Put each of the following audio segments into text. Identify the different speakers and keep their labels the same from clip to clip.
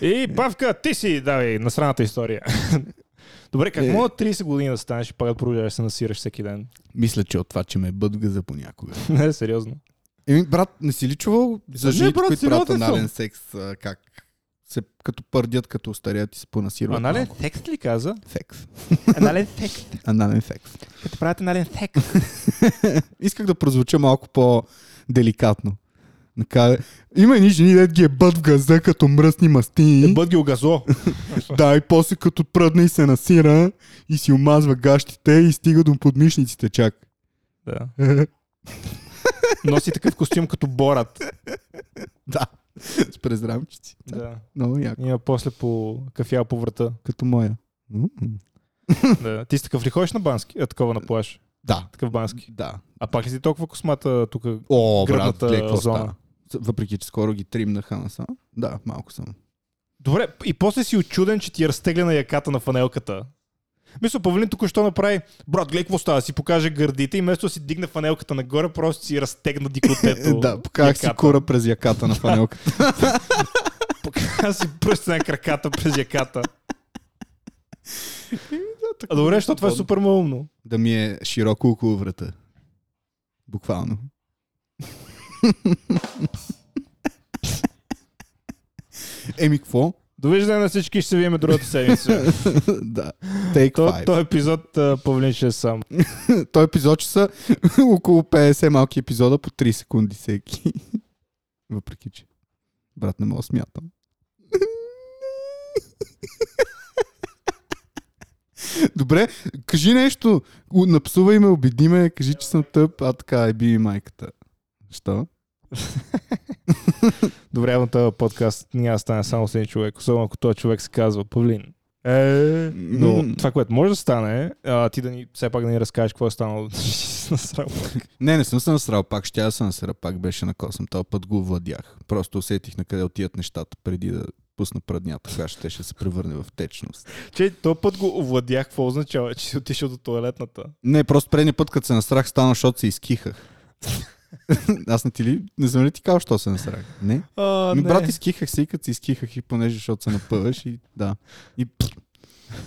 Speaker 1: И Павка, ти си, давай, насраната история. Добре, как
Speaker 2: Е.
Speaker 1: мога 30 години да станеш и пак да продължаваш да се насираш всеки ден?
Speaker 2: Мисля, че от това, че ме е бъдга за понякога.
Speaker 1: Не, сериозно.
Speaker 2: Еми, брат, не си ли чувал за
Speaker 1: не,
Speaker 2: жените,
Speaker 1: брат,
Speaker 2: които правят
Speaker 1: сериозен съм.
Speaker 2: анален секс, а, как се като пърдят, като остарят и се понасират?
Speaker 1: Анален
Speaker 2: малко?
Speaker 1: секс ли каза?
Speaker 2: секс.
Speaker 1: Е, Анален секс.
Speaker 2: Анален секс.
Speaker 1: Като правят анален секс.
Speaker 2: Исках да прозвуча малко по-деликатно. Така, има едни жени, дед ги е бът в газа, като мръсни мастини.
Speaker 1: Бъд ги Е, огазо.
Speaker 2: Да, и после като пръдне и се насира и си омазва гащите и стига до подмишниците чак.
Speaker 1: Да. Носи такъв костюм като Борат.
Speaker 2: да. С презрамчици.
Speaker 1: Да.
Speaker 2: Много яко.
Speaker 1: Има после по кафял по врата.
Speaker 2: Като моя.
Speaker 1: Да. Ти си такъв ли ходиш на бански? А, такова на плаш.
Speaker 2: Да.
Speaker 1: Такъв бански.
Speaker 2: Да.
Speaker 1: А пак ли си толкова космата тук?
Speaker 2: О, брат,
Speaker 1: Гръбната
Speaker 2: гледай какво
Speaker 1: зона.
Speaker 2: стана. Въпреки, че скоро ги тримнаха насам. Да, малко съм.
Speaker 1: Добре, и после си очуден, че ти е разтеглена яката на фанелката. Мисля, Павлин тук що направи, брат, гледай какво става, си покаже гърдите и вместо да си дигне фанелката нагоре, просто си разтегна
Speaker 2: Е,
Speaker 1: дикотето.
Speaker 2: да, показах си
Speaker 1: яката.
Speaker 2: кура през яката на фанелката.
Speaker 1: Показа си пръста на краката през яката. А добре, защото това е супер умно.
Speaker 2: да ми е широко около врата. Буквално. Еми, какво?
Speaker 1: Довиждане на всички, ще се видим другата седмица.
Speaker 2: да. Take
Speaker 1: То,
Speaker 2: five.
Speaker 1: този епизод а, Павлин ще е сам.
Speaker 2: Той епизод ще са около 50 малки епизода по 3 секунди всеки. Въпреки, че брат не мога да смятам. Добре, кажи нещо. У- Напсувай ме, обиди ме, кажи, че съм тъп, а така е би майката. Що?
Speaker 1: Добре, но този подкаст няма да стане само с един човек, особено ако този човек се казва Павлин. Е, но
Speaker 2: М.
Speaker 1: това, което може да стане, е, а, ти да ни, все пак да ни разкажеш какво е станало. Насрал.
Speaker 2: Не, не съм се насрал пак, ще да се насера пак, беше на косъм, този път го владях. Просто усетих на къде отиват нещата преди да пусна праднята, която ще, ще се превърне в течност.
Speaker 1: Че този път го овладях, какво означава, че си отишъл до туалетната?
Speaker 2: Не, просто предния път, като се насрах, стана, защото се изкихах. Аз не ти ли? Не съм ли ти казал, що се насрах? Не.
Speaker 1: А,
Speaker 2: Ми, брат, изкихах се и като се изкихах и понеже, защото се напъваш и да. И пф.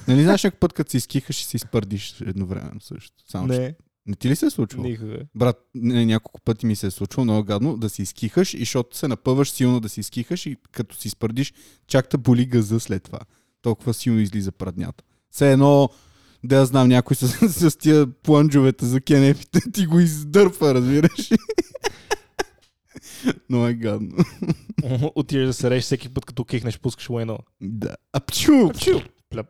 Speaker 2: Нали знаеш някой път, като се изкихаш и се изпърдиш едновременно също? Само, не. Че...
Speaker 1: не,
Speaker 2: не ти ли се е случвало?
Speaker 1: никога.
Speaker 2: Брат, не, няколко пъти ми се е случило много гадно да се изкихаш и защото се напъваш силно да се изкихаш и като си спърдиш, чак да боли газа след това. Толкова силно излиза праднята. Все едно, да я знам, някой с, с, с тия планджовете за кенефите ти го издърпа, разбираш. ли? Но е гадно.
Speaker 1: Отиваш да се реш всеки път, като кихнеш, пускаш лайно.
Speaker 2: Да. Апчу!
Speaker 1: Апчу! Пляп.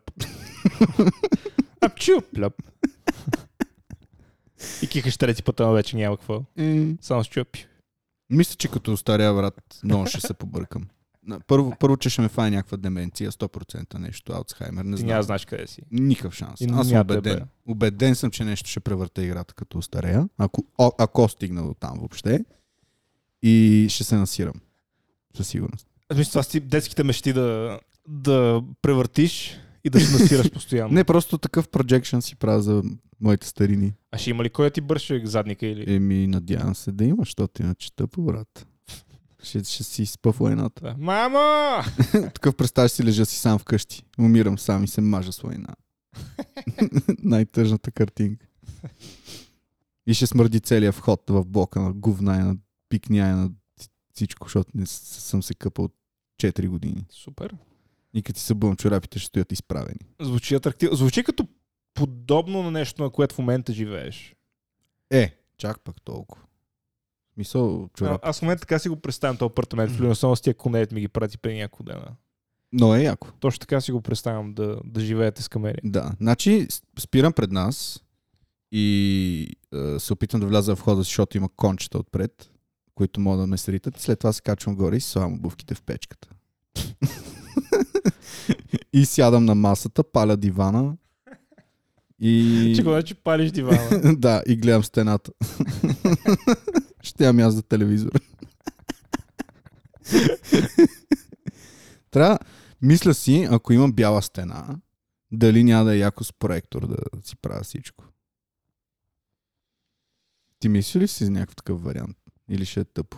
Speaker 1: Апчу! Пляп. И кихаш трети път, ама вече няма какво.
Speaker 2: Е,
Speaker 1: Само с чупи.
Speaker 2: мисля, че като остаря, брат, много ще се побъркам. На- Първо, първо, че ще ме фае някаква деменция, 100% нещо, Алцхаймер, не
Speaker 1: Ти
Speaker 2: знам.
Speaker 1: няма да знаеш къде си.
Speaker 2: Никакъв шанс.
Speaker 1: И
Speaker 2: Аз съм
Speaker 1: няма да е
Speaker 2: убеден.
Speaker 1: бе.
Speaker 2: Убеден съм, че нещо ще превърта играта като остарея, ако, а, ако стигна до там въобще. И ще се насирам. Със сигурност.
Speaker 1: Аз мисля, това си детските мечти да, да превъртиш и да се насираш постоянно.
Speaker 2: Не, просто такъв projection си правя за моите старини.
Speaker 1: А ще има ли кой да ти бърше задника или...
Speaker 2: Еми, надявам се да има, защото иначе тъпо, брат. Ще, ще си спа войната.
Speaker 1: Да. Мамо!
Speaker 2: Такъв представяш си, лежа си сам вкъщи. Умирам сам и се мажа с война. Най-тъжната картинка. И ще смърди целият вход в блока на говна и на пикня и на всичко, защото не с- съм се къпал 4 години.
Speaker 1: Супер.
Speaker 2: И като си събувам, чорапите ще стоят изправени.
Speaker 1: Звучи атрактивно. Звучи като подобно на нещо, на което в момента живееш.
Speaker 2: Е, чак пък толкова. Мисъл,
Speaker 1: А,
Speaker 2: чорап.
Speaker 1: аз в момента така си го представям този апартамент. в Люна, само с тия конеят ми ги прати преди няколко дена.
Speaker 2: Но е яко.
Speaker 1: Точно така си го представям да, да живеете с камери.
Speaker 2: Да, значи с- спирам пред нас и е, се опитвам да вляза в хода, защото има кончета отпред, които могат да ме сритат. След това се качвам горе и си слагам обувките в печката. и сядам на масата, паля дивана и...
Speaker 1: Че когато палиш дивана.
Speaker 2: да, и гледам стената. Ще имам аз за телевизора. Трябва, мисля си, ако имам бяла стена, дали няма да е яко с проектор да си правя всичко. Ти мислиш ли си за някакъв такъв вариант? Или ще е тъпо?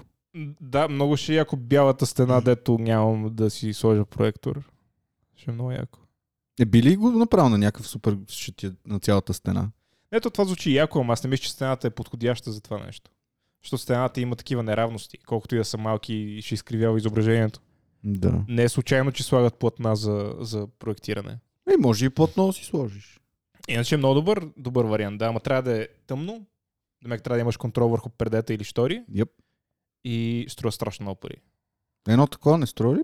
Speaker 1: Да, много ще е яко бялата стена, дето нямам да си сложа проектор. Ще е много яко.
Speaker 2: Е, би ли го направил на някакъв супер щитие на цялата стена?
Speaker 1: Ето това звучи яко, ама аз не мисля, че стената е подходяща за това нещо. Защото стената има такива неравности, колкото и да са малки и ще изкривява изображението.
Speaker 2: Да.
Speaker 1: Не е случайно, че слагат платна за, за проектиране.
Speaker 2: Е, може и плътно да си сложиш.
Speaker 1: Иначе е много добър, добър вариант, да, ама трябва да е тъмно, да трябва да имаш контрол върху предета или штори
Speaker 2: Йеп.
Speaker 1: и струва страшно много пари.
Speaker 2: Едно такова не строи ли?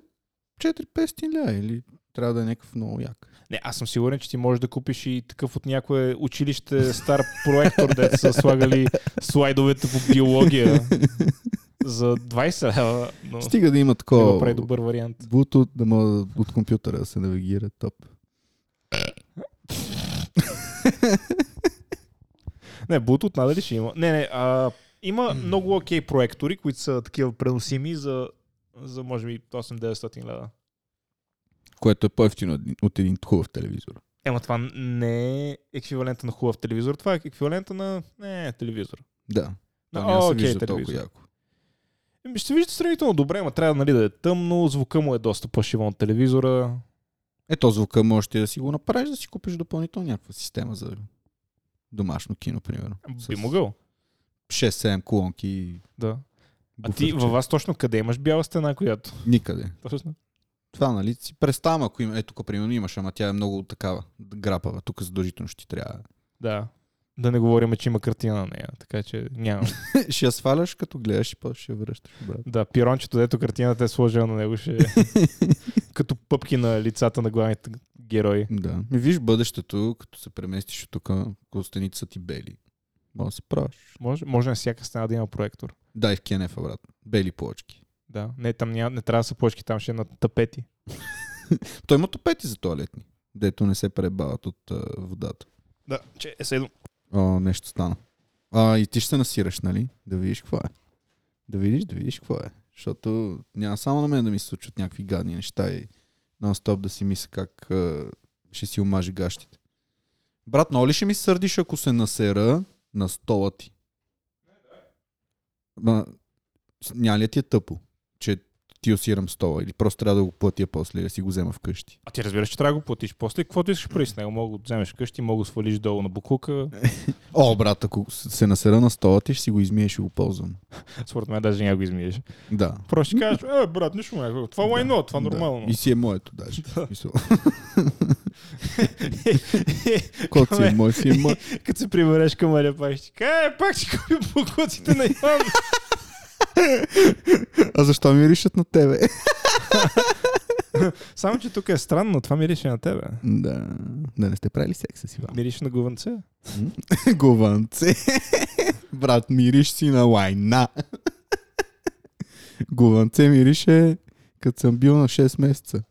Speaker 2: 4-500 ля или трябва да е някакъв много як.
Speaker 1: Не, аз съм сигурен, че ти можеш да купиш и такъв от някое училище стар проектор, де са слагали слайдовете по биология за 20 лева, но не
Speaker 2: Стига да има
Speaker 1: го прави
Speaker 2: такова
Speaker 1: добър вариант.
Speaker 2: Bluetooth, да мога от компютъра да се навигира топ.
Speaker 1: Не, Bluetooth надали ще има. Не, не, а, има много окей проектори, които са такива преносими за, за може би 8-900 лева.
Speaker 2: Което е по-ефтино от един хубав телевизор.
Speaker 1: Ема това не е еквивалента на хубав телевизор, това е еквивалента на не, телевизор.
Speaker 2: Да.
Speaker 1: На
Speaker 2: То няма се
Speaker 1: окей
Speaker 2: вижда толкова
Speaker 1: телевизор.
Speaker 2: яко.
Speaker 1: Еми, Ще се вижда сравнително добре, ама трябва нали, да е тъмно, звука му е доста плашиво на телевизора.
Speaker 2: Ето звука можеш ти да си го направиш, да си купиш допълнително някаква система за домашно кино, примерно.
Speaker 1: Би могъл.
Speaker 2: 6-7 колонки и
Speaker 1: Да. А ти
Speaker 2: буферче.
Speaker 1: във вас точно къде имаш бяла стена, която?
Speaker 2: Никъде.
Speaker 1: Точно.
Speaker 2: Това, нали, си представям, ако има, е, тук примерно имаш, ама тя е много такава, грапава. Тук задължително ще ти трябва.
Speaker 1: Да. Да не говорим, че има картина на нея, така че няма.
Speaker 2: ще я сваляш, като гледаш и после ще я връщаш. обратно.
Speaker 1: Да, пирончето, дето картината е сложена на него, ще е като пъпки на лицата на главните герои.
Speaker 2: Да. И виж бъдещето, като се преместиш от тук, ако стените са ти бели. Може да се правиш.
Speaker 1: Може, може на всяка стена да има проектор.
Speaker 2: Да, и в Кенефа, брат. Бели плочки.
Speaker 1: Да, не, там няма, не трябва да са плочки, там ще е на тапети.
Speaker 2: Той има топети за туалетни, дето не се пребават от а, водата.
Speaker 1: Да, че е седно.
Speaker 2: О, нещо стана. А, и ти ще се насираш, нали? Да видиш какво е. Да видиш, да видиш какво е. Защото няма само на мен да ми се случват някакви гадни неща и нон-стоп да си мисля как а, ще си омажи гащите. Брат, но ли ще ми се сърдиш, ако се насера на стола ти? Ма, с- няма ли да ти е тъпо, че ти осирам стола или просто трябва да го платя после или да си го взема вкъщи?
Speaker 1: А ти разбираш, че трябва да го платиш после. Каквото искаш прави с него? Мога да го вземеш къщи, мога да го свалиш долу на буклука.
Speaker 2: О, брат, ако с- се насера на стола ти, ще си го измиеш и го ползвам.
Speaker 1: Според мен даже няма го измиеш.
Speaker 2: Да.
Speaker 1: Просто ще кажеш, е, брат, нищо му е. Това лайно, това нормално.
Speaker 2: Да. И си е моето даже. Да. Кот си
Speaker 1: Каме,
Speaker 2: е мой, си е мой.
Speaker 1: Като се прибереш към Аля, пак ще ти кажа, е, пак ще купи буклуците на Иван.
Speaker 2: А защо миришат на тебе?
Speaker 1: Само, че тук е странно, това мирише на тебе.
Speaker 2: да. Да не сте правили секса си, вам.
Speaker 1: Мирише на гуванце.
Speaker 2: Гуванце. Брат, мириш си на лайна. Гуванце мирише, е, като съм бил на 6 месеца.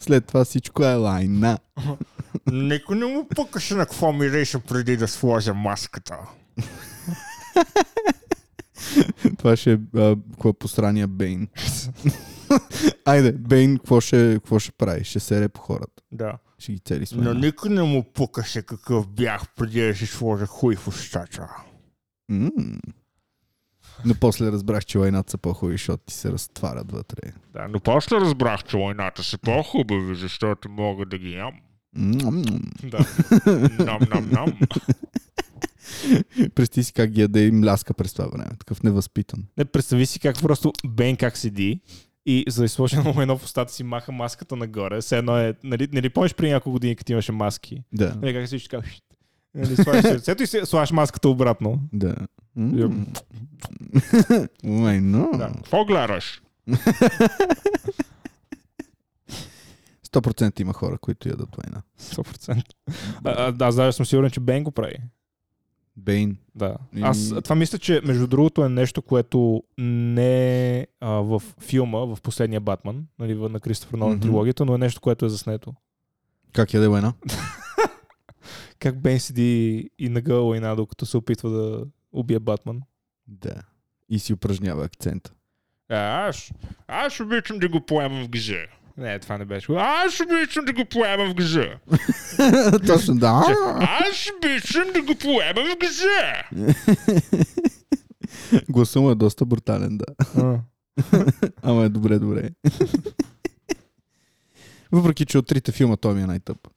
Speaker 2: След това всичко е лайна.
Speaker 1: Никой не му пукаше на какво мирише преди да сложа маската.
Speaker 2: Това ще е а, какво посрания Бейн. Айде, Бейн, какво ще, какво ще прави? Ще се реп хората.
Speaker 1: Да.
Speaker 2: Ще ги цели с
Speaker 3: Но
Speaker 2: лайна.
Speaker 3: никой не му пукаше какъв бях преди да си сложа хуй в устата.
Speaker 2: М. Но после разбрах, че лайната са по-хубави, защото ти се разтварят вътре.
Speaker 3: Да, но после разбрах, че войната са по-хубави, защото мога да ги ям.
Speaker 2: М-м-м.
Speaker 1: Да.
Speaker 3: Нам, нам, нам.
Speaker 2: Представи си как ги яде и мляска през това време. Такъв невъзпитан.
Speaker 1: Не, представи си как просто Бен как седи и за да изложи му едно в устата си маха маската нагоре. Все едно е, нали, нали помниш при няколко години, като имаше маски?
Speaker 2: Да.
Speaker 1: Нали, как си така, «Шт». нали, слагаш си ръцето и си слагаш маската обратно.
Speaker 2: Да.
Speaker 1: Ям.
Speaker 2: Май, но.
Speaker 1: Да.
Speaker 3: Какво гледаш?
Speaker 2: 100% има хора, които ядат лайна.
Speaker 1: 100%. А, а, да, аз даже съм сигурен, че Бен го прави.
Speaker 2: Бейн.
Speaker 1: Да.
Speaker 2: И-
Speaker 1: Аз това мисля, че между другото е нещо, което не е а, в филма, в последния Батман, нали, в- на Кристофър Нолан
Speaker 2: Мгм.
Speaker 1: трилогията, но е нещо, което е заснето.
Speaker 2: Как яде лайна?
Speaker 1: Как Бен седи и нагъла лайна, докато се опитва да убие Батман.
Speaker 2: Да. И си упражнява акцента.
Speaker 3: А, Е, аз, аз обичам да го поемам в гъзе.
Speaker 1: Не, това не беше.
Speaker 3: Аз обичам да го поемам в гъзе.
Speaker 2: Точно да.
Speaker 3: Аз обичам да го поемам в гъзе.
Speaker 2: Гласа му е доста брутален, да.
Speaker 1: А.
Speaker 2: Ама е добре, добре. Въпреки, че от трите филма той ми е най-тъп.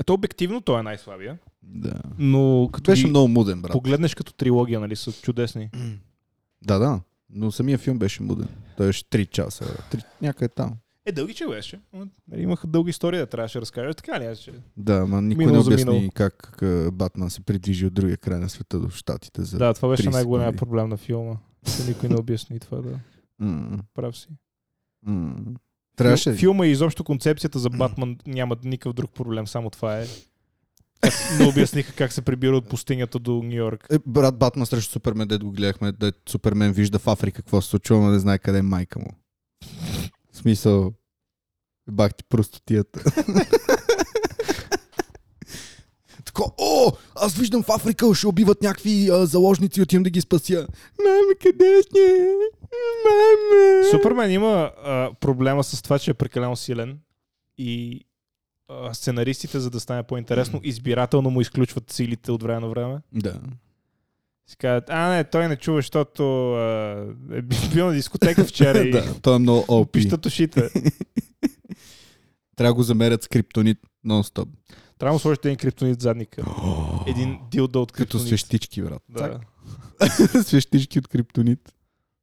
Speaker 1: Ето обективно той е най-слабия.
Speaker 2: Да.
Speaker 1: Но като
Speaker 2: Беше
Speaker 1: ги
Speaker 2: много муден, брат.
Speaker 1: погледнеш като трилогия, нали, са чудесни.
Speaker 2: Да, да. Но самия филм беше муден. Той беше 3 часа. брат. Три... Някъде там.
Speaker 1: Е, дълги че беше. Ама, нали, Имаха дълга история да трябваше да разкажа. Така ли? аз Ще...
Speaker 2: Да, ма никой
Speaker 1: Минало
Speaker 2: не
Speaker 1: за минало.
Speaker 2: обясни как а, Батман се придвижи от другия край на света до щатите. За...
Speaker 1: Да, това беше
Speaker 2: 30
Speaker 1: най-големия
Speaker 2: секунди.
Speaker 1: проблем на филма. Че никой не обясни това, да.
Speaker 2: М,
Speaker 1: Прав си.
Speaker 2: м. Трябваше.
Speaker 1: Фил- Филма и изобщо концепцията за Батман няма никакъв друг проблем, само това е. Как не обясниха как се прибира от пустинята до Нью Йорк.
Speaker 2: Е, брат Батман срещу Супермен, дед го гледахме, дед Супермен вижда в Африка какво се случва, но не знае къде е майка му. В смисъл, бах ти простотията. Тако, о, аз виждам в Африка, ще убиват някакви а, заложници, отивам да ги спася. Маме, къде сме? Маме.
Speaker 1: Супермен има а, проблема с това, че е прекалено силен и а, сценаристите, за да стане по-интересно, избирателно му изключват силите от време на време.
Speaker 2: Да.
Speaker 1: Си казват, а не, той не чува, защото а, е бил на дискотека вчера и
Speaker 2: да, той е много OP.
Speaker 1: пищат ушите.
Speaker 2: Трябва да го замерят с криптонит нон-стоп.
Speaker 1: Трябва да му сложите един криптонит в задника. Един дилдо от
Speaker 2: Като
Speaker 1: криптонит.
Speaker 2: свещички, брат.
Speaker 1: Да.
Speaker 2: свещички от криптонит.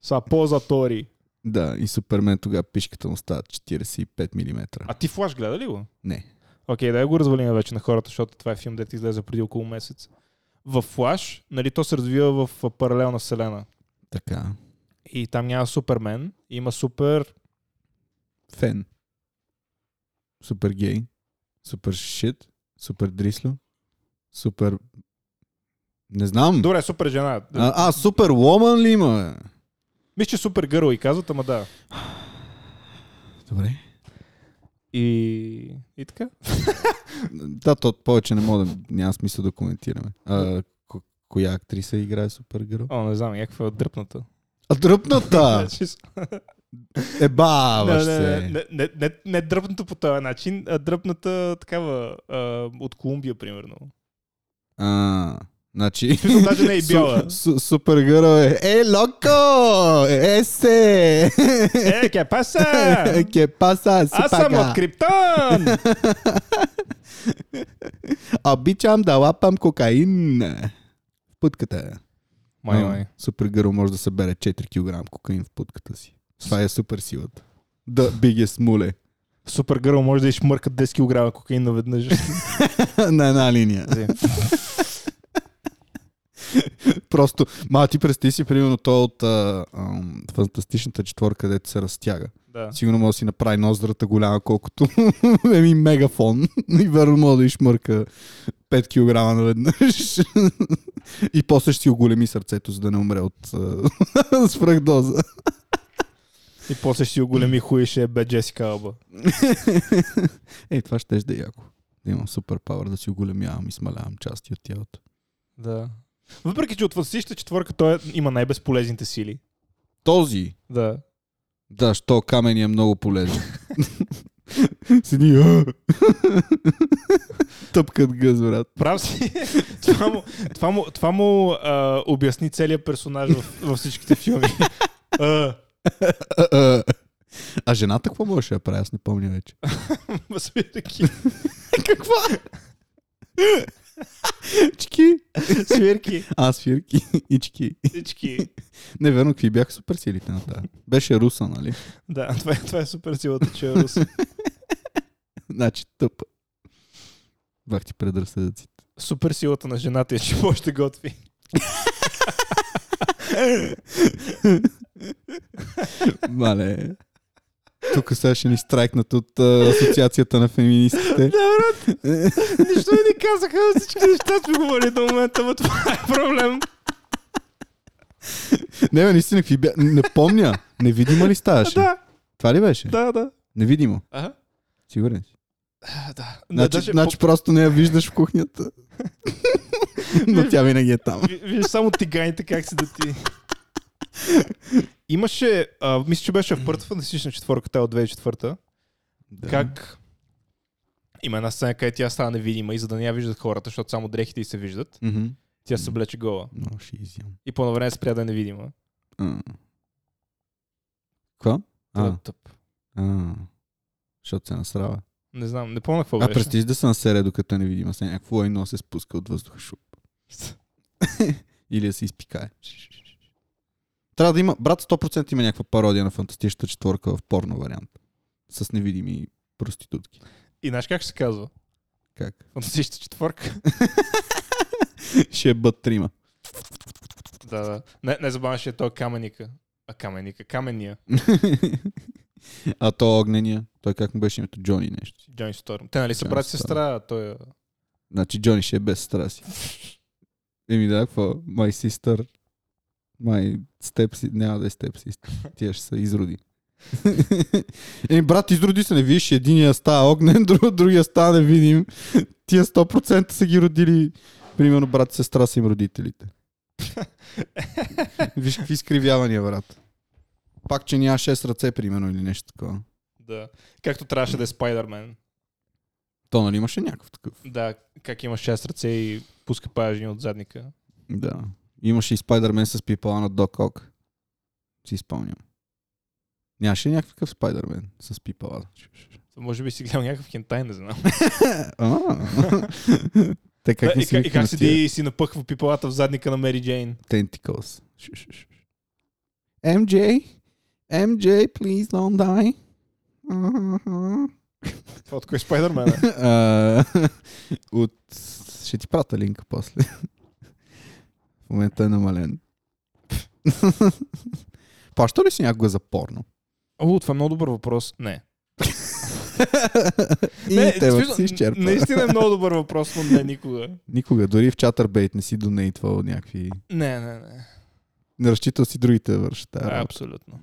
Speaker 1: Са по-затори.
Speaker 2: Да, и Супермен тогава пишката му става 45 мм.
Speaker 1: А ти флаш гледа ли го?
Speaker 2: Не.
Speaker 1: Окей, дай го развалим вече на хората, защото това е филм, дето излезе преди около месец. В Флаш, нали, то се развива в а, паралелна вселена.
Speaker 2: Така.
Speaker 1: И там няма Супермен, има супер...
Speaker 2: Фен. Супер гей. Супер шит. Супер дрисло. Супер... Не знам.
Speaker 1: Добре, супер жена.
Speaker 2: А, а супер ломан ли има? бе?
Speaker 1: Мисля, че супер гърл и казват, ама да.
Speaker 2: Добре.
Speaker 1: И... И така.
Speaker 2: Да, то повече не мога да... Няма смисъл да коментираме. А, ко- коя актриса играе супер гърл?
Speaker 1: О, не знам, някаква дръпната. Е,
Speaker 2: А дръпната! Ебаваш
Speaker 1: не, не,
Speaker 2: Е, се!
Speaker 1: не, не, не, не дръпната по този начин, а дръпната такава а, от Колумбия, примерно.
Speaker 2: А, значи...
Speaker 1: В смисъл, даже не е и бяла.
Speaker 2: Су- супер гърл е. Е, локо! Е, се!
Speaker 1: Е, ке паса!
Speaker 2: Ке паса,
Speaker 1: Е! Аз съм
Speaker 2: сипака.
Speaker 1: от Криптон!
Speaker 2: Обичам да лапам кокаин. В путката. е.
Speaker 1: Май,
Speaker 2: Но
Speaker 1: май.
Speaker 2: Супер гърл може да събере 4 кг кокаин в путката си. Това е супер силата. Да, биге смуле.
Speaker 1: Супер гърл може да измърка 10 кг кокаин наведнъж.
Speaker 2: е. На една линия. Просто, ма ти представи си, примерно, той от а, ам, фантастичната четворка, където се разтяга.
Speaker 1: да.
Speaker 2: Сигурно може да си направи ноздрата голяма, колкото еми мегафон. И верно може да измърка 5 кг наведнъж. И после ще си оголеми сърцето, за да не умре от а, свръхдоза.
Speaker 1: И после ще си оголеми хуй и ще е бе Джесика Алба.
Speaker 2: Ей, това ще да е яко. Да имам супер пауър да си оголемявам и смалявам части от тялото.
Speaker 1: Да. Въпреки, че от Фантастичната четворка той е- има най-безполезните сили.
Speaker 2: Този,
Speaker 1: Да.
Speaker 2: да, що камен е много полезен. Седи. «А!» Тъпкат гъз, брат.
Speaker 1: Прав си. това му, това му, това му а, обясни целият персонаж в, във всичките филми. А,
Speaker 2: А, а. А жената какво можеше да прави? Аз не помня вече.
Speaker 1: ма са били такива
Speaker 2: Каква? Чки.
Speaker 1: Свирки.
Speaker 2: А, свирки. И чки.
Speaker 1: Всички.
Speaker 2: Не, верно, какви бяха суперсилите на тази? Беше руса, нали?
Speaker 1: Да, това е, това е супер силата, че е рус.
Speaker 2: Значи тъпа. Бах ти предразсъдъци.
Speaker 1: Супер силата на жената е, че може да готви.
Speaker 2: Мале. Тук сега ще ни страйкнат от а, асоциацията на феминистите.
Speaker 1: Нищо не ни казаха, всички неща сме говорили до момента, но това е проблем.
Speaker 2: не, бе, наистина, какви бя... Не помня. Невидима ли ставаше?
Speaker 1: Да,
Speaker 2: Това ли беше?
Speaker 1: да, да.
Speaker 2: Невидимо.
Speaker 1: Ага.
Speaker 2: Сигурен си.
Speaker 1: Да.
Speaker 2: Значи,
Speaker 1: Даже
Speaker 2: значи просто не я виждаш в кухнята. Но тя винаги е там.
Speaker 1: Ви- Виж само тиганите как си да ти... Имаше, а, мисля, че беше в първата фантастична четворка, тая от 2004-та,
Speaker 2: Да.
Speaker 1: как има една сцена, където тя става невидима и за да не я виждат хората, защото само дрехите й се виждат.
Speaker 2: Мгм.
Speaker 1: Тя се облече гола.
Speaker 2: Много ще изям.
Speaker 1: И по едно време спря да е невидима.
Speaker 2: А. Какво?
Speaker 1: Това
Speaker 2: А,
Speaker 1: е тъп.
Speaker 2: а. Защото се насрава.
Speaker 1: Не знам, не помня какво
Speaker 2: А
Speaker 1: беше.
Speaker 2: престиж да се насере, докато е невидима с някакво едно се спуска от въздуха шуп. Или да се изпикае. Трябва да има, брат, 100% има някаква пародия на фантастичната четворка в порно вариант. С невидими проститутки.
Speaker 1: И знаеш как ще се казва?
Speaker 2: Как?
Speaker 1: Фантастична четворка.
Speaker 2: Ще е бът трима.
Speaker 1: да, да. Не, не забавяш е той каменика. А каменика, камения.
Speaker 2: а то огнения. Той как му беше името? Джони нещо. си.
Speaker 1: Джони Сторм. Те нали са
Speaker 2: Джони
Speaker 1: брат и
Speaker 2: Сторм.
Speaker 1: сестра, а той е...
Speaker 2: Значи Джони ще е без сестра си. Еми да, какво? My sister. My step си. Няма да е step sister. Тия ще са изроди. Еми брат, изроди се, не виж, единия става огнен, друг, другия става невидим. Тия 100% са ги родили. Примерно брат и сестра са им родителите. Виж какви изкривявания, брат. Пак, че няма 6 ръце, примерно, или нещо такова.
Speaker 1: Да. Както трябваше да е Спайдермен.
Speaker 2: То нали имаше някакъв такъв?
Speaker 1: Да, как има 6 ръце и пуска паяжни от задника.
Speaker 2: Да. Имаше и Спайдермен с пипала на Док Ок. Си спомням. Нямаше ли някакъв Спайдермен с пипала.
Speaker 1: Може би си гледал някакъв хентай, не знам.
Speaker 2: А. Те как
Speaker 1: да,
Speaker 2: не
Speaker 1: Е, и, как- и как
Speaker 2: си ти
Speaker 1: седи и си напъхва пипалата в задника на Мери Джейн.
Speaker 2: Tentacles. MJ, MJ, please don't die.
Speaker 1: Това от кой е Спайдермен? е?
Speaker 2: А, От... Ще ти прата линка после. В момента е намален. Плаща ли си някога за порно?
Speaker 1: О, това е много добър въпрос. Не.
Speaker 2: И
Speaker 1: не,
Speaker 2: темата
Speaker 1: в смисъл,
Speaker 2: си изчерпва.
Speaker 1: Наистина е много добър въпрос, но не никога.
Speaker 2: Никога, дори в чатърбейт не си донейтвал някакви...
Speaker 1: Не, не, не.
Speaker 2: Не разчитал си другите да вършат тази
Speaker 1: Да,
Speaker 2: работа.
Speaker 1: абсолютно.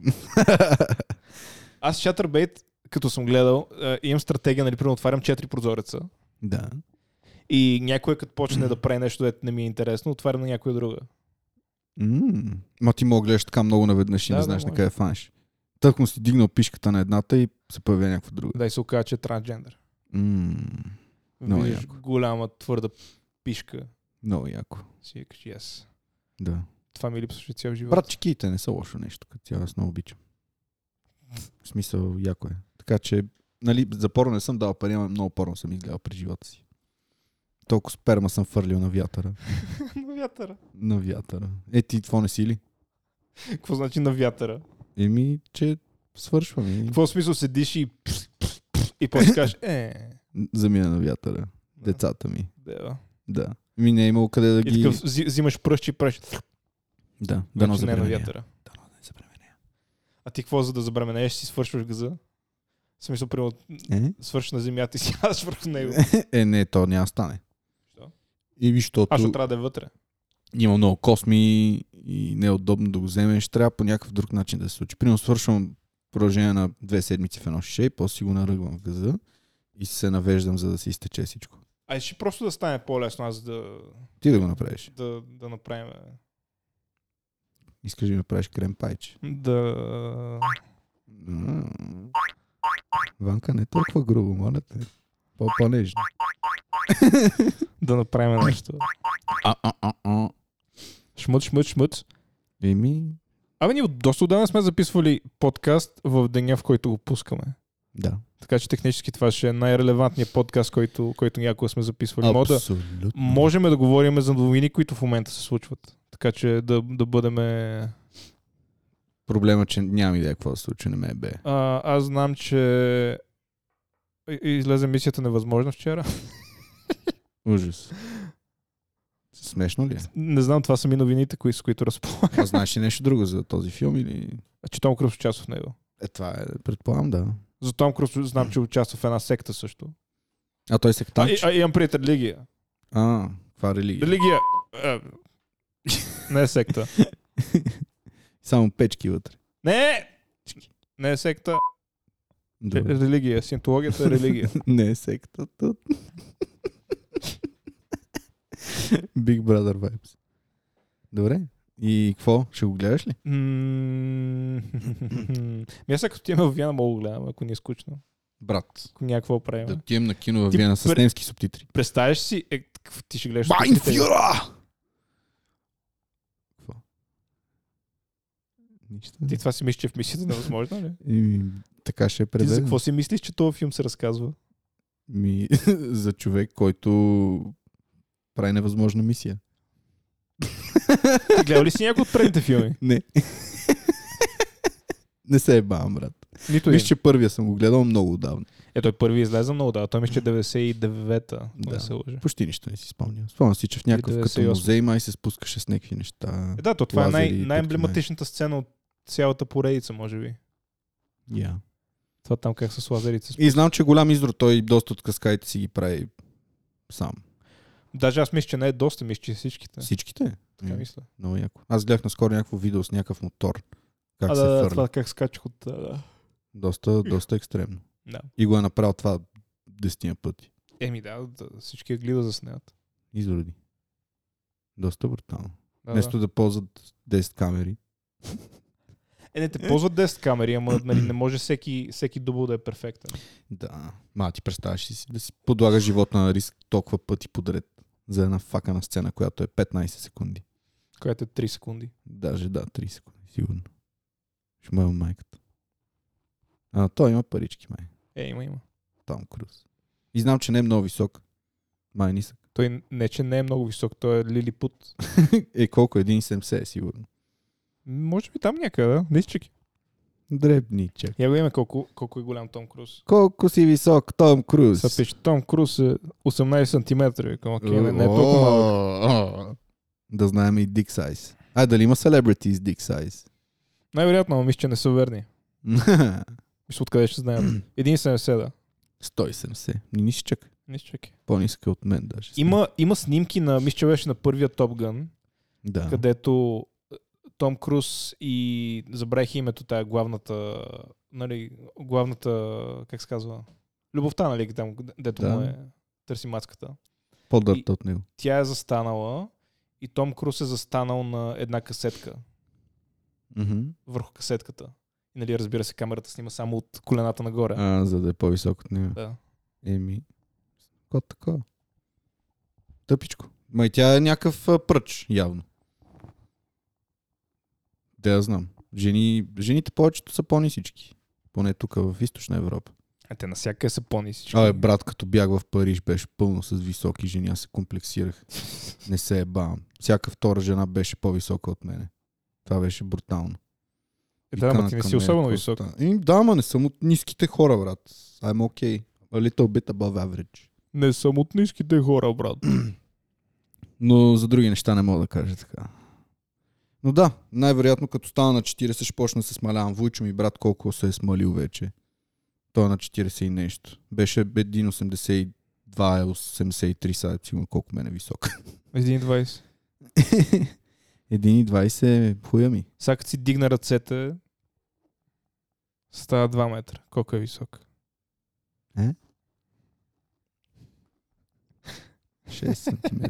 Speaker 1: Аз Chatterbait, като съм гледал, е, имам стратегия, нали, примерно отварям 4 прозореца
Speaker 2: Да.
Speaker 1: и някой като почне да прави нещо, дето не ми е интересно, отварям на някоя друга.
Speaker 2: М, Ма ти мога да гледаш така много наведнъж и
Speaker 1: Да,
Speaker 2: не
Speaker 1: да,
Speaker 2: знаеш на
Speaker 1: може.
Speaker 2: къде фанш. Тък му си дигнал пишката на едната и се появя някаква друга.
Speaker 1: Да, и се оказа, че е трансджендър.
Speaker 2: М, Много
Speaker 1: Виждаш голяма, твърда пишка.
Speaker 2: Много яко.
Speaker 1: Си я кажи аз.
Speaker 2: Да.
Speaker 1: Това ми е липсваше цял живот.
Speaker 2: Брат, чекиите не са лошо нещо, като цяло аз много обичам. В смисъл, яко е. Така че, нали, за порно не съм дал пари, ама много порно съм изгледал през живота си. Толкова сперма съм фърлил на вятъра.
Speaker 1: на вятъра.
Speaker 2: На вятъра. Е, ти това не си ли?
Speaker 1: Какво значи на вятъра?
Speaker 2: Еми, че свършваме.
Speaker 1: Какво смисъл седиш и и после кажеш, е,
Speaker 2: Замина на вятъра. Децата ми.
Speaker 1: дева.
Speaker 2: Да. Ми не е имало къде да
Speaker 1: И
Speaker 2: ги...
Speaker 1: такъв взи- взимаш пръщ и пръщ.
Speaker 2: Да,
Speaker 1: Значи не
Speaker 2: да но
Speaker 1: е на
Speaker 2: забременея.
Speaker 1: вятъра.
Speaker 2: Дано да не забременея.
Speaker 1: А ти какво за да забременееш си свършваш газа? В смисъл, примерно, свърш на земята и си аз върху него.
Speaker 2: Е? е, не, то няма стане.
Speaker 1: Що?
Speaker 2: И виж,
Speaker 1: Аз ще
Speaker 2: защото
Speaker 1: трябва да е вътре.
Speaker 2: има много косми и не е удобно да го вземеш. Трябва по някакъв друг начин да се случи. Примерно свършвам продължение на две седмици в едно шише и после си го наръгвам в газа и се навеждам, за да се изтече всичко.
Speaker 1: А ще просто да стане по-лесно аз да,
Speaker 2: Ти да го направиш.
Speaker 1: да, да направим.
Speaker 2: Искаш да направиш крем пайче.
Speaker 1: Да.
Speaker 2: М. Ванка, не е толкова грубо, моля те. По- По-нежно.
Speaker 1: Да направим нещо.
Speaker 2: А, а, а, а.
Speaker 1: Шмът, шмът, шмът.
Speaker 2: Еми,
Speaker 1: Абе, ние от доста отдавна сме записвали подкаст в деня, в който го пускаме.
Speaker 2: да.
Speaker 1: Така че технически това ще е най-релевантният подкаст, който, който някога сме записвали. Мога да,
Speaker 2: Абсолютно.
Speaker 1: можем да говорим за новини, които в момента се случват. Така че да, да бъдем...
Speaker 2: Проблема, е, че нямам идея какво да се случи, не ме е бе.
Speaker 1: А, аз знам, че и- излезе мисията невъзможна вчера.
Speaker 2: Ужас. Смешно ли е?
Speaker 1: Не знам, това са ми новините, кои, с които разполагам.
Speaker 2: А знаеш ли нещо друго за този филм или...
Speaker 1: Че Том Круз участва в него.
Speaker 2: Е, това е, предполагам, да.
Speaker 1: За Том Круз знам, че участва в една секта също.
Speaker 2: А той
Speaker 1: А,
Speaker 2: е
Speaker 1: и,
Speaker 2: сектант?
Speaker 1: а имам приятел религия.
Speaker 2: А, това е религия.
Speaker 1: Религия. е, Не е секта.
Speaker 2: Само печки вътре.
Speaker 1: Не! е! Не е секта. е
Speaker 2: Добре.
Speaker 1: Религия. Синтологията е религия.
Speaker 2: Не е сектата. Big Brother vibes. Добре. И какво? Ще го гледаш ли?
Speaker 1: М, Ми аз ако отиваме в Виена, мога да го гледам, ако ни е скучно.
Speaker 2: Брат,
Speaker 1: Ако някакво правим.
Speaker 2: да отидем на кино в
Speaker 1: Ти
Speaker 2: Виена с
Speaker 1: пр-
Speaker 2: немски субтитри.
Speaker 1: Представяш си, е, такъв ти ще гледаш.
Speaker 2: Байн
Speaker 1: субтитрите.
Speaker 2: Фюра! Нищо.
Speaker 1: Ти това си мислиш, че е в мисията невъзможно ли?
Speaker 2: И, така ще е
Speaker 1: Ти за
Speaker 2: преведено.
Speaker 1: какво си мислиш, че този филм се разказва?
Speaker 2: Ми, за човек, който прави невъзможна мисия.
Speaker 1: Ти гледал ли си някой от предните филми?
Speaker 2: Не. не се е бавам, брат.
Speaker 1: Нито
Speaker 2: Мисля, че първия съм го гледал много отдавна.
Speaker 1: Е, той първи излезе много, да. Той мисля, че е 99-та. Да.
Speaker 2: Да.
Speaker 1: се лъжа.
Speaker 2: Почти нищо не си спомням. Спомням си, че в някакъв като
Speaker 1: 98.
Speaker 2: музей май се спускаше с някакви неща.
Speaker 1: Е, да, то това е най-
Speaker 2: Лазери и
Speaker 1: най-емблематичната сцена от цялата поредица, може би.
Speaker 2: Yeah.
Speaker 1: Това там как с лазерите. се-
Speaker 2: И знам, че голям изро той доста от каскаите си ги прави сам.
Speaker 1: Даже аз мисля, че не е доста, мисля, че всичките.
Speaker 2: Всичките?
Speaker 1: Така
Speaker 2: М,
Speaker 1: мисля.
Speaker 2: Много яко. Аз гледах наскоро някакво видео с някакъв мотор. Как
Speaker 1: А,
Speaker 2: се
Speaker 1: да, да,
Speaker 2: фърля.
Speaker 1: това как скачах от... Да, да.
Speaker 2: Доста, доста екстремно.
Speaker 1: Да.
Speaker 2: И го е направил това десетина пъти.
Speaker 1: Еми да, да всички гли да заснеят.
Speaker 2: Изроди. Доста брутално.
Speaker 1: Да,
Speaker 2: Вместо
Speaker 1: да.
Speaker 2: да ползват 10 камери.
Speaker 1: Е, не, те ползват 10 камери, ама нали, не може всеки, всеки дубъл да е перфектен.
Speaker 2: Да. Ма, ти представяш ли си да си подлагаш живота на риск толкова пъти подред за една факана сцена, която е 15 секунди.
Speaker 1: Което е 3 секунди.
Speaker 2: Даже да, 3 секунди, сигурно. Ще му е майката. А, той има парички, май.
Speaker 1: Е, има, има.
Speaker 2: Том Круз. И знам, че не е много висок. Май нисък.
Speaker 1: Той не, че не е много висок, той е лилипут.
Speaker 2: Е, колко? 1,70 е сигурно.
Speaker 1: Може би там някъде, да? Листчик.
Speaker 2: Дребничък.
Speaker 1: Я видим колко, колко е голям Том Круз.
Speaker 2: Колко си висок, Том Круз?
Speaker 1: Са пише, Том Круз е 18 см. Викам, окей, не, не е толкова малък.
Speaker 2: малък. Да знаем и Dick Size. А, дали има celebrity с Dick Size?
Speaker 1: Най-вероятно, ама мисля, че не са верни. Мисля, откъде ще знаем. 1,70, да.
Speaker 2: 170. Ни нисичък.
Speaker 1: Нищо, чакай.
Speaker 2: По-нисък е от мен даже.
Speaker 1: Има, има снимки на, мисля, че беше на първия Топ Гън,
Speaker 2: Да.
Speaker 1: където е, Том Круз и забравих името тая главната, нали, главната, как се казва, любовта, нали, там, дето
Speaker 2: Да.
Speaker 1: му е, търси мацката.
Speaker 2: По-дърта от него.
Speaker 1: Тя е застанала и Том Круз е застанал на една касетка,
Speaker 2: Мгм.
Speaker 1: върху касетката. И, нали, разбира се, камерата снима само от колената нагоре.
Speaker 2: А, за да е по-висок от него.
Speaker 1: Да.
Speaker 2: Еми. Какво такова? Тъпичко. Ма и тя е някакъв а, пръч, явно. Да, я знам. Жени, жените повечето са по-нисички. Поне тук в източна Европа.
Speaker 1: А Е, те насякъде са по-нисички.
Speaker 2: Абе, брат, като бях в Париж, беше пълно с високи жени. Аз се комплексирах. Не се е бавам. Всяка втора жена беше по-висока от мене. Това беше брутално.
Speaker 1: Е, да, ама ти не си особено висок.
Speaker 2: И, Ами, да, ма не съм от ниските хора, брат. I'm okay. A little bit above average.
Speaker 1: Не съм от ниските хора, брат.
Speaker 2: Но за други неща не мога да кажа така. Но да, най-вероятно като стана на 40 ще почна да се смалявам. Вуйчо ми брат колко се е смалил вече. Той е на 40 и нещо. Беше 1,82, е 83 сега сигурно колко мен е висок.
Speaker 1: 1,20.
Speaker 2: 1,20 е хуя ми.
Speaker 1: Сега като си дигна ръцете, става 2 метра. Колко е висок?
Speaker 2: 6 см.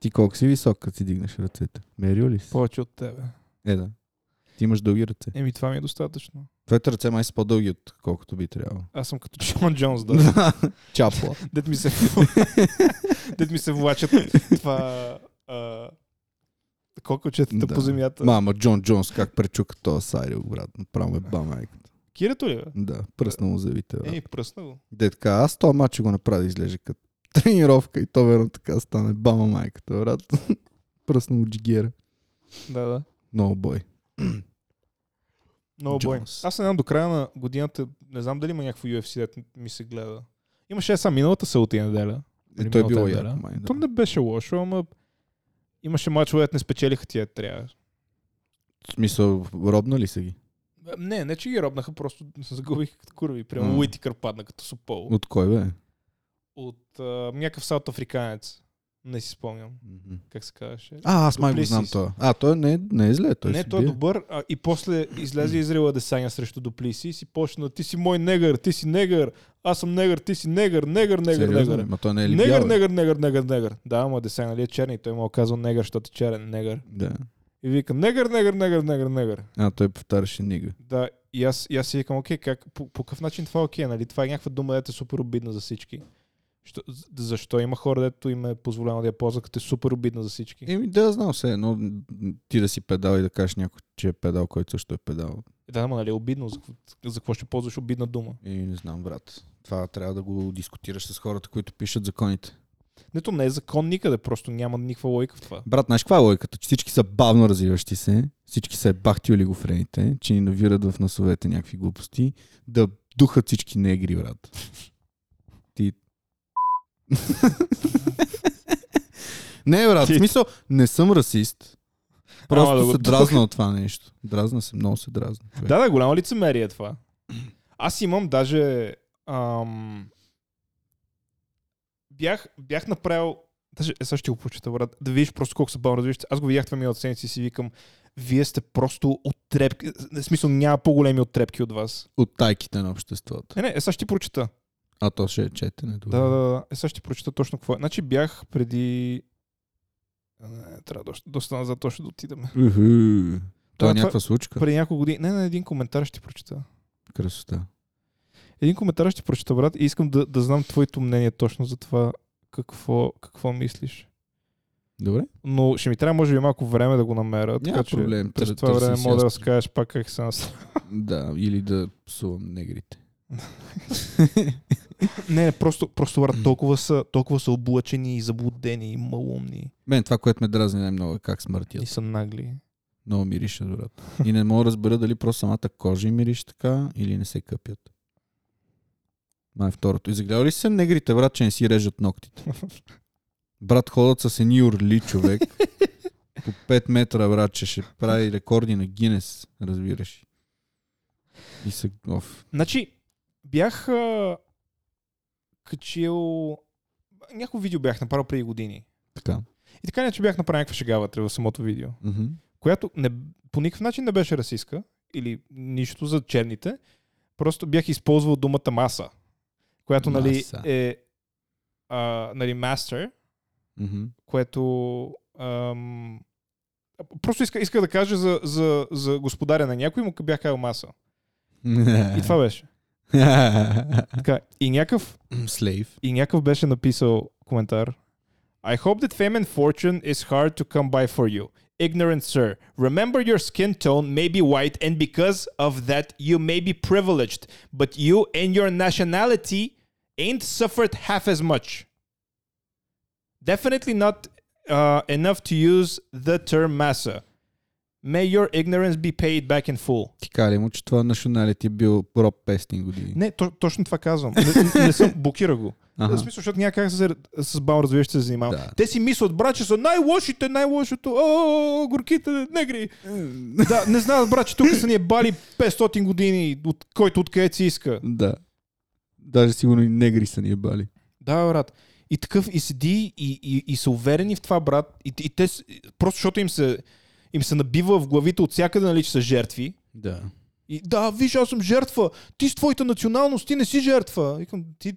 Speaker 2: Ти колко си висок, като си дигнеш ръцете? Мерил ли си?
Speaker 1: Повече от тебе.
Speaker 2: Е, да. Ти имаш дълги ръце.
Speaker 1: Еми, това ми е достатъчно.
Speaker 2: Твоите ръце май са по-дълги, отколкото би трябвало.
Speaker 1: Аз съм като Джон Джонс, да.
Speaker 2: Чапла.
Speaker 1: Дед ми се, Дед ми се влачат това... А... Колко четете
Speaker 2: Да.
Speaker 1: по земята?
Speaker 2: Мама, Джон Джонс, как пречука този Сайрил, брат. Направо ме ба майката.
Speaker 1: Кирето ли? бе?
Speaker 2: Да, пръсна му зъбите. брат.
Speaker 1: Ей, пръсна го.
Speaker 2: Де така, аз този матч ще го направя да излежа като тренировка и то верно така стане бама майката, брат. пръсна му джигера.
Speaker 1: Да, да.
Speaker 2: Много бой.
Speaker 1: Много бой.
Speaker 2: Джонс.
Speaker 1: Аз не знам до края на годината, не знам дали има някакво UFC, дето ми се гледа. Имаше е, сега миналата събота и неделя.
Speaker 2: Е,
Speaker 1: Или
Speaker 2: той е
Speaker 1: миналата
Speaker 2: било
Speaker 1: неделя.
Speaker 2: яко, май. Да.
Speaker 1: То не беше лошо, ама имаше мачове, дето не спечелиха тия Е, трябва.
Speaker 2: В смисъл, робна ли са ги?
Speaker 1: Не, не че ги робнаха, просто загубих като курви. Прямо
Speaker 2: М.
Speaker 1: Уитикър падна като супол. От,
Speaker 2: От кой бе?
Speaker 1: а, някакъв саут африканец. Не си спомням
Speaker 2: Мгм.
Speaker 1: как се казваше.
Speaker 2: А, аз май го
Speaker 1: Дуплесис.
Speaker 2: знам това. А, той не, е- не е зле. Той
Speaker 1: не,
Speaker 2: си
Speaker 1: той е
Speaker 2: бие.
Speaker 1: добър. А, и после излезе Израела Десаня срещу Дуплисис и почна ти си мой негър, ти си негър, аз съм негър, ти си негър, негър, негър,
Speaker 2: Сериозно
Speaker 1: негър.
Speaker 2: ли? Ма той не е ли
Speaker 1: Негър,
Speaker 2: бял, бе?
Speaker 1: негър, негър, негър, негър. Да, ама Десай нали е черен и той му е казал негър, защото е черен, негър.
Speaker 2: Да.
Speaker 1: И вика негър, негър, негър, негър, негър.
Speaker 2: А, той повтаряше нига.
Speaker 1: Да, и аз, и аз си викам, окей, как, по, по какъв начин това е окей, нали? Това е някаква дума, дето е супер обидна за всички. Що, защо има хора, дето им е позволено да я ползват, като е супер обидно за всички?
Speaker 2: Еми да, знам все едно м, ти да си педал и да кажеш някой, че е педал, който също е педал.
Speaker 1: Е, Да, ама нали е обидно? За, какво- за какво ще ползваш обидна дума?
Speaker 2: И не знам, брат. Това трябва да го дискутираш с хората, които пишат законите.
Speaker 1: Нето не е закон никъде, просто няма никаква логика в това.
Speaker 2: Брат, знаеш каква е логиката? Че всички са бавно развиващи се, всички са бахти олигофрените, че ни навират в носовете някакви глупости, да духат всички негри, брат. Ти... не, брат, в
Speaker 1: Ти-
Speaker 2: смисъл, не съм расист. Просто
Speaker 1: Ама да
Speaker 2: да
Speaker 1: го-
Speaker 2: се дразна от това нещо. Дразна се, много се дразна. човек.
Speaker 1: Да, да, голямо лицемерие е това. Аз имам даже... Ам... Бях, бях направил... Даже, е, сега ще го прочета, брат. Да видиш просто колко са бавно развиващи. Аз го видях това миналата седмица и си викам, вие сте просто оттрепки. В смисъл, няма по-големи оттрепки от вас.
Speaker 2: От тайките на обществото.
Speaker 1: Не, не, е, сега ще ти прочета.
Speaker 2: А то ще е четене. добре.
Speaker 1: Да, да, да. Е, сега ще ти прочета точно какво е. Значи бях преди... А, Не, трябва доста, доста назад, точно да отидем.
Speaker 2: Уху. Това
Speaker 1: Да,
Speaker 2: е някаква случка.
Speaker 1: Преди няколко години... Не, не, един коментар ще ти прочета.
Speaker 2: Красота.
Speaker 1: Един коментар ще прочета, брат, и искам да, да знам твоето мнение точно за това какво, какво мислиш.
Speaker 2: Добре?
Speaker 1: Но ще ми трябва, може би, малко време да го намеря.
Speaker 2: Няма
Speaker 1: че
Speaker 2: проблем.
Speaker 1: През
Speaker 2: Тър-
Speaker 1: това време е
Speaker 2: търсим си
Speaker 1: мога да
Speaker 2: аз-
Speaker 1: разкажеш пак как се настра.
Speaker 2: Да, или да псувам негрите.
Speaker 1: Не, не, просто, просто брат, толкова са, толкова са облъчени и заблудени и малумни.
Speaker 2: Мен това, което ме дразни най-много е как
Speaker 1: И
Speaker 2: смъртят.
Speaker 1: са нагли.
Speaker 2: Много мирише, брат. И не мога да разбера дали просто самата кожа им мирише така или не се къпят. Май второто. И загледал ли си се негрите, брат, че не си режат ногтите? Брат, ходят с едни орли, човек. По 5 метра, брат, че ще прави рекорди на Гинес, разбираш. И се... Оф.
Speaker 1: Значи, бях а, качил... Някакво видео бях направил преди години.
Speaker 2: Така.
Speaker 1: И така не, че бях направил някаква шега вътре в самото видео.
Speaker 2: Мгм.
Speaker 1: която не, по никакъв начин не беше расистка или нищо за черните. Просто бях използвал думата маса, която нали,
Speaker 2: Маса.
Speaker 1: е а, нали, master,
Speaker 2: Мгм.
Speaker 1: което ам, просто иска, иска да кажа за, за, за господаря на някой, му бях казал маса. И това беше. Така, и някакъв
Speaker 2: Слейв.
Speaker 1: И някакъв беше написал коментар. I hope that fame and fortune is hard to come by for you. Ignorant sir, remember your skin tone may be white and because of that you may be privileged, but you and your nationality ain't suffered half as much. Definitely not uh, enough to use the term massa. May your ignorance be paid back in full.
Speaker 2: Ти кали му, че това националити бил роб 500 години.
Speaker 1: Не, то, точно това казвам. Не, не съм, блокира го.
Speaker 2: Аха.
Speaker 1: В смисъл, защото няма как се с бал развиващи се занимавам.
Speaker 2: Да.
Speaker 1: Те си мислят, брат, че са най-лошите, най-лошото. О, горките, негри. да, не знаят, брат, че тук са ни е бали 500 години, от който откъде си иска.
Speaker 2: Да. Даже сигурно и негри са ни ебали.
Speaker 1: Да, брат. И такъв, и седи, и, и, и са уверени в това, брат. И, и те, с- просто защото им се, им се набива в главите от всякъде, нали, че са жертви.
Speaker 2: Да.
Speaker 1: И да, виж, аз съм жертва. Ти с твоята националност, ти не си жертва. Викам, ти...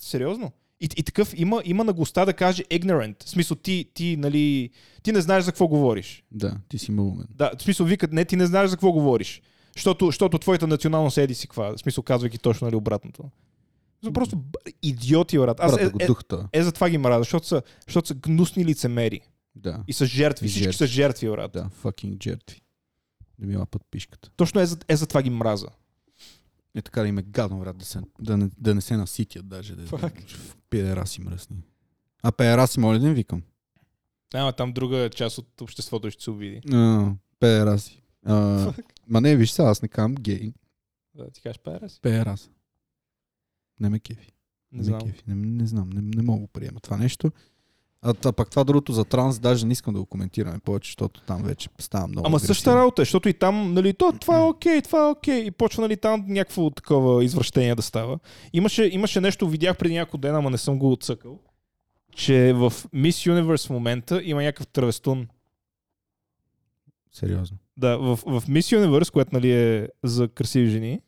Speaker 1: Сериозно? И, и такъв има, има наглостта да каже ignorant. В смисъл, ти, ти, нали, ти не знаеш за какво говориш.
Speaker 2: Да, ти си малумен.
Speaker 1: Да, в смисъл, викат, не, ти не знаеш за какво говориш. Защото, защото твоята националност е еди си каква. В смисъл, казвайки точно или обратното. В смисъл, Просто б- идиоти, брат. Аз
Speaker 2: Аз
Speaker 1: е,
Speaker 2: Брата го
Speaker 1: е,
Speaker 2: духта.
Speaker 1: е, за това ги мразя, защото са, защото са гнусни лицемери.
Speaker 2: Да.
Speaker 1: И са жертви.
Speaker 2: И
Speaker 1: Всички
Speaker 2: жертви.
Speaker 1: са жертви, брат.
Speaker 2: Да, fucking жертви. Да ми лапат пишката.
Speaker 1: Точно е за, е за това ги мраза.
Speaker 2: Е така да им е гадно, брат, да, се, да, не, да не се наситят даже. Да,
Speaker 1: Фак.
Speaker 2: в Педераси мръсни. А педераси, моля да им викам.
Speaker 1: Ама там друга част от обществото ще се обиди.
Speaker 2: А, педераси. А, ма не, виж сега, аз не казвам гей.
Speaker 1: Да, ти кажеш пара си.
Speaker 2: Педерас. Не ме кефи.
Speaker 1: Не знам.
Speaker 2: Ами, кефи. Не, не знам, не, не мога да приема това нещо. А това, пак това другото за транс, даже не искам да го коментираме повече, защото там вече става много.
Speaker 1: Ама
Speaker 2: агресивно.
Speaker 1: същата работа, е, защото и там, нали, то, това е окей, това е окей. И почва, нали, там някакво такова извращение да става. Имаше, имаше нещо, видях преди няколко дена, ама не съм го отсъкал, че в Miss Universe в момента има някакъв травестун.
Speaker 2: Сериозно.
Speaker 1: Да, в, в Miss Universe, което, нали, е за красиви жени,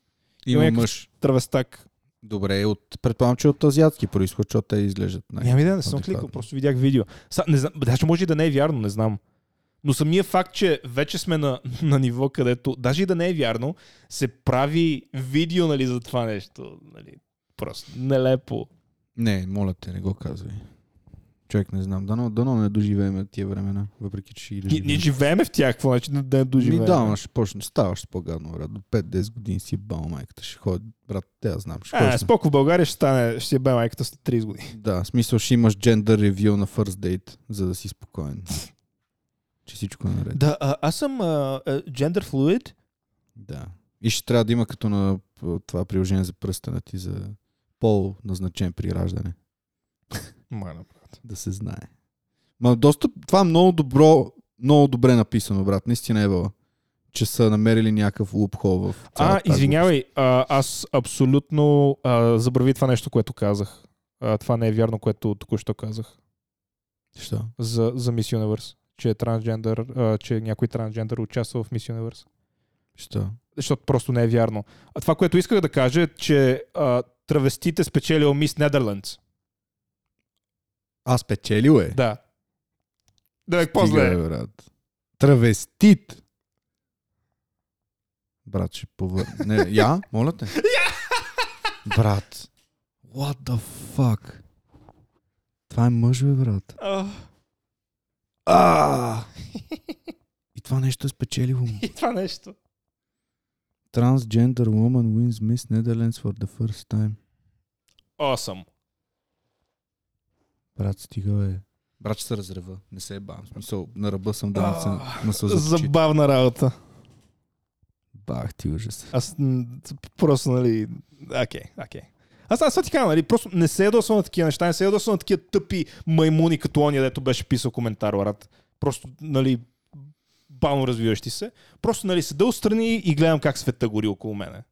Speaker 2: Има
Speaker 1: някакъв-
Speaker 2: мъж.
Speaker 1: травестак.
Speaker 2: Добре, е от, предполагам, че от азиатски происход, защото те изглеждат най-
Speaker 1: Няма идея, не съм
Speaker 2: адекватно.
Speaker 1: кликал, просто видях видео. Са, не знам, даже може и да не е вярно, не знам. Но самия факт, че вече сме на, на ниво, където даже и да не е вярно, се прави видео нали, за това нещо. Нали, просто нелепо.
Speaker 2: Не, моля те, не го казвай. Човек, не знам. Дано, дано не доживеем тия времена, въпреки че ще ги
Speaker 1: Ни,
Speaker 2: доживеем.
Speaker 1: ни живееме в тях, какво значи да, да доживеем?
Speaker 2: Ми да, ама ще почне. Става ще по-гадно, брат. До 5-10 години си бал майката. Ще ходи, брат, те аз знам. Ще
Speaker 1: а,
Speaker 2: а,
Speaker 1: споко в България ще стане, ще си е бе майката след 30 години.
Speaker 2: Да, в смисъл ще имаш gender ревю на first date, за да си спокоен. че всичко е наред.
Speaker 1: Да, а, аз съм а, а, gender fluid.
Speaker 2: Да. И ще трябва да има като на п- това приложение за пръстена ти за пол назначен при раждане.
Speaker 1: Мана.
Speaker 2: Да се знае. Ма доста, това е много добро, много добре написано, брат. Наистина е бъла, че са намерили някакъв лупхол в
Speaker 1: А,
Speaker 2: цялата тази
Speaker 1: извинявай, а, аз абсолютно а, забрави това нещо, което казах. А, това не е вярно, което току-що казах
Speaker 2: глупост. Що?
Speaker 1: за, за Miss Universe. Че е трансджендър, а, че някой трансджендър участва в Miss Universe.
Speaker 2: Що?
Speaker 1: защото просто не е вярно. А това, което исках да кажа е, че а, травестите спечелил Мис Нидерландс.
Speaker 2: Аз печелил е.
Speaker 1: Да. Да, е
Speaker 2: Стига,
Speaker 1: по-зле.
Speaker 2: бе, брат. Травестит. Брат, ще повърна. Не, я, моля те. брат. What the fuck? Това е мъж, бе, брат.
Speaker 1: А,
Speaker 2: А! И това нещо е спечелило му.
Speaker 1: И това нещо.
Speaker 2: Transgender woman wins Miss Netherlands for the first time.
Speaker 1: Awesome.
Speaker 2: Брат, стига е. Брат, ще се разрева. Не се е бавам. Смисъл, на ръба съм да не се мъсъл за очите.
Speaker 1: Забавна работа.
Speaker 2: Бах ти ужас.
Speaker 1: Аз м, просто, нали... Окей, okay, окей. Okay. Аз аз това ти кажа, нали, просто не се ядосвам на такива неща, не се ядосвам на такива тъпи маймуни, като ония, дето беше писал коментар, брат. Просто, нали, бавно развиващи се. Просто, нали, седа отстрани и гледам как света гори около мене.